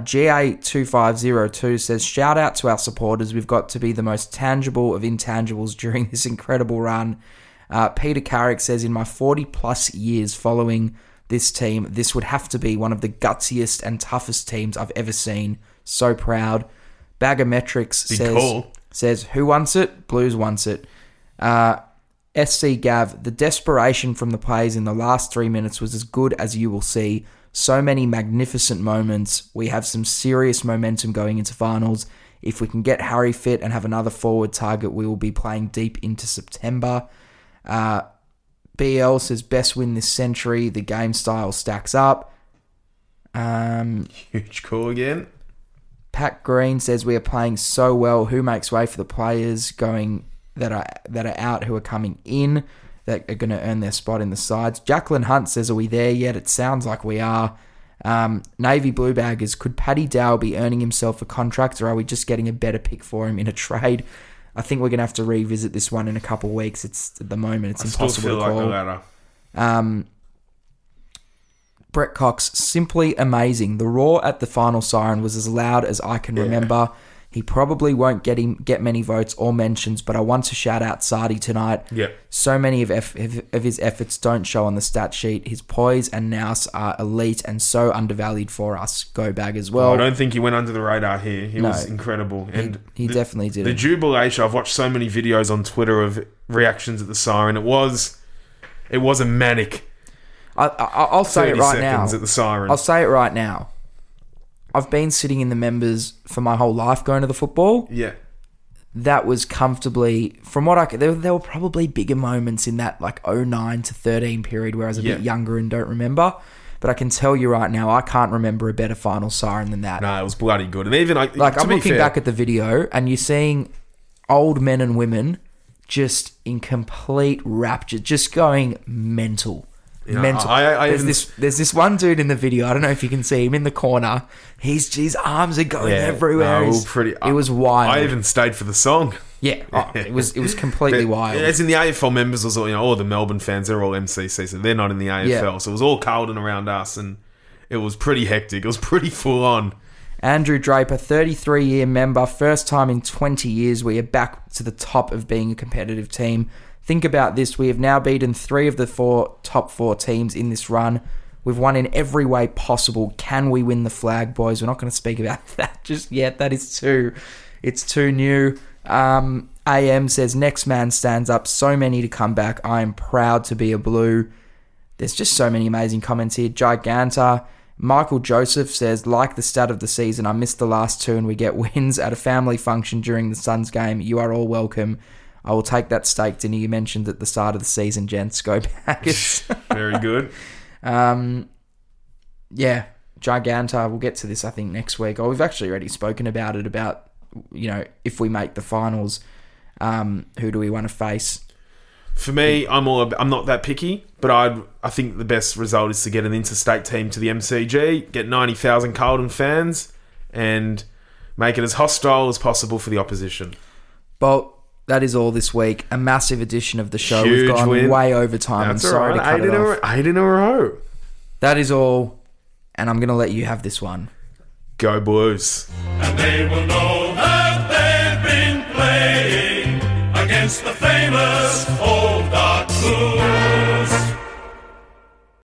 [SPEAKER 5] GA2502 says, Shout out to our supporters. We've got to be the most tangible of intangibles during this incredible run. Uh, Peter Carrick says, In my 40 plus years following this team, this would have to be one of the gutsiest and toughest teams I've ever seen. So proud. Bagometrics
[SPEAKER 6] Big
[SPEAKER 5] says,
[SPEAKER 6] call.
[SPEAKER 5] says, Who wants it? Blues wants it. Uh, SC Gav, the desperation from the players in the last three minutes was as good as you will see. So many magnificent moments. We have some serious momentum going into finals. If we can get Harry fit and have another forward target, we will be playing deep into September. Uh, BL says best win this century. The game style stacks up. Um,
[SPEAKER 6] Huge call again.
[SPEAKER 5] Pat Green says we are playing so well. Who makes way for the players going that are that are out who are coming in that are going to earn their spot in the sides? Jacqueline Hunt says, "Are we there yet?" It sounds like we are. Um, Navy Blue Baggers, could Paddy Dow be earning himself a contract, or are we just getting a better pick for him in a trade? I think we're going to have to revisit this one in a couple of weeks. It's at the moment it's
[SPEAKER 6] Still
[SPEAKER 5] impossible
[SPEAKER 6] feel
[SPEAKER 5] to
[SPEAKER 6] like
[SPEAKER 5] call.
[SPEAKER 6] the latter.
[SPEAKER 5] Brett Cox, simply amazing. The roar at the final siren was as loud as I can remember. He probably won't get him get many votes or mentions, but I want to shout out Sardi tonight.
[SPEAKER 6] Yep.
[SPEAKER 5] So many of, eff- of of his efforts don't show on the stat sheet. His poise and nous are elite and so undervalued for us. Go bag as well.
[SPEAKER 6] I don't think he went under the radar here. He
[SPEAKER 5] No.
[SPEAKER 6] was incredible. And
[SPEAKER 5] he
[SPEAKER 6] the-
[SPEAKER 5] definitely did
[SPEAKER 6] The
[SPEAKER 5] it.
[SPEAKER 6] jubilation. I've watched so many videos on Twitter of reactions at the siren. It was, it was a manic
[SPEAKER 5] I, I, I'll say it
[SPEAKER 6] thirty
[SPEAKER 5] right now.
[SPEAKER 6] seconds at the siren.
[SPEAKER 5] I'll say it right now. I've been sitting in the members for my whole life going to the football.
[SPEAKER 6] yeah,
[SPEAKER 5] that was comfortably from what I could there, there were probably bigger moments in that like 09 to 13 period where I was a bit
[SPEAKER 6] Yeah.
[SPEAKER 5] younger and don't remember but I can tell you right now I can't remember a better final siren than that
[SPEAKER 6] no, it was bloody good. And even like,
[SPEAKER 5] like
[SPEAKER 6] to
[SPEAKER 5] I'm
[SPEAKER 6] be
[SPEAKER 5] looking
[SPEAKER 6] fair,
[SPEAKER 5] back at the video and you're seeing old men and women just in complete rapture just going mental mental
[SPEAKER 6] I- I- I
[SPEAKER 5] there's
[SPEAKER 6] even-
[SPEAKER 5] this there's this one dude in the video I don't know if you can see him in the corner he's his arms are going
[SPEAKER 6] Yeah,
[SPEAKER 5] everywhere
[SPEAKER 6] no,
[SPEAKER 5] He's-
[SPEAKER 6] pretty-
[SPEAKER 5] it was wild
[SPEAKER 6] I even stayed for the song.
[SPEAKER 5] yeah, oh, it was it was completely
[SPEAKER 6] But-
[SPEAKER 5] wild.
[SPEAKER 6] As in the AFL members was all you know, all the Melbourne fans, they're all MCC, so they're not in the AFL.
[SPEAKER 5] Yeah.
[SPEAKER 6] So it was all Carlton around us, and it was pretty hectic. It was pretty full on.
[SPEAKER 5] Andrew Draper, 33 year member, first time in 20 years we are back to the top of being a competitive team. Think about this we have now beaten three of the four top four teams in this run. We've won in every way possible. Can we win the flag, boys? We're not going to speak about that just yet. That is too, it's too new. Um, AM says next man stands up. So many to come back. I am proud to be a blue. There's just so many amazing comments here. Giganta. Michael Joseph says, like the start of the season, I missed the last two and we get wins at a family function during the Suns game. You are all welcome. I will take that steak dinner you mentioned at the start of the season, gents. Go Packers.
[SPEAKER 6] Very good.
[SPEAKER 5] yeah, Giganta. We'll get to this, I think, next week. Oh, we've actually already spoken about it about, you know, if we make the finals, um, who do we want to face?
[SPEAKER 6] For me, I'm all ab- I'm not that picky, but I I think the best result is to get an interstate team to the MCG, get ninety thousand Carlton fans, and make it as hostile as possible for the opposition.
[SPEAKER 5] Bolt, that is all this week. A massive edition of the show. We've
[SPEAKER 6] Huge
[SPEAKER 5] gone
[SPEAKER 6] win.
[SPEAKER 5] way over time. I'm
[SPEAKER 6] That's all
[SPEAKER 5] sorry to
[SPEAKER 6] right.
[SPEAKER 5] cut
[SPEAKER 6] Eight
[SPEAKER 5] it
[SPEAKER 6] in, a,
[SPEAKER 5] off.
[SPEAKER 6] ro- eight in a row.
[SPEAKER 5] That is all, and I'm going to let you have this one.
[SPEAKER 6] Go Blues.
[SPEAKER 7] and they will know that they've been playing against the famous old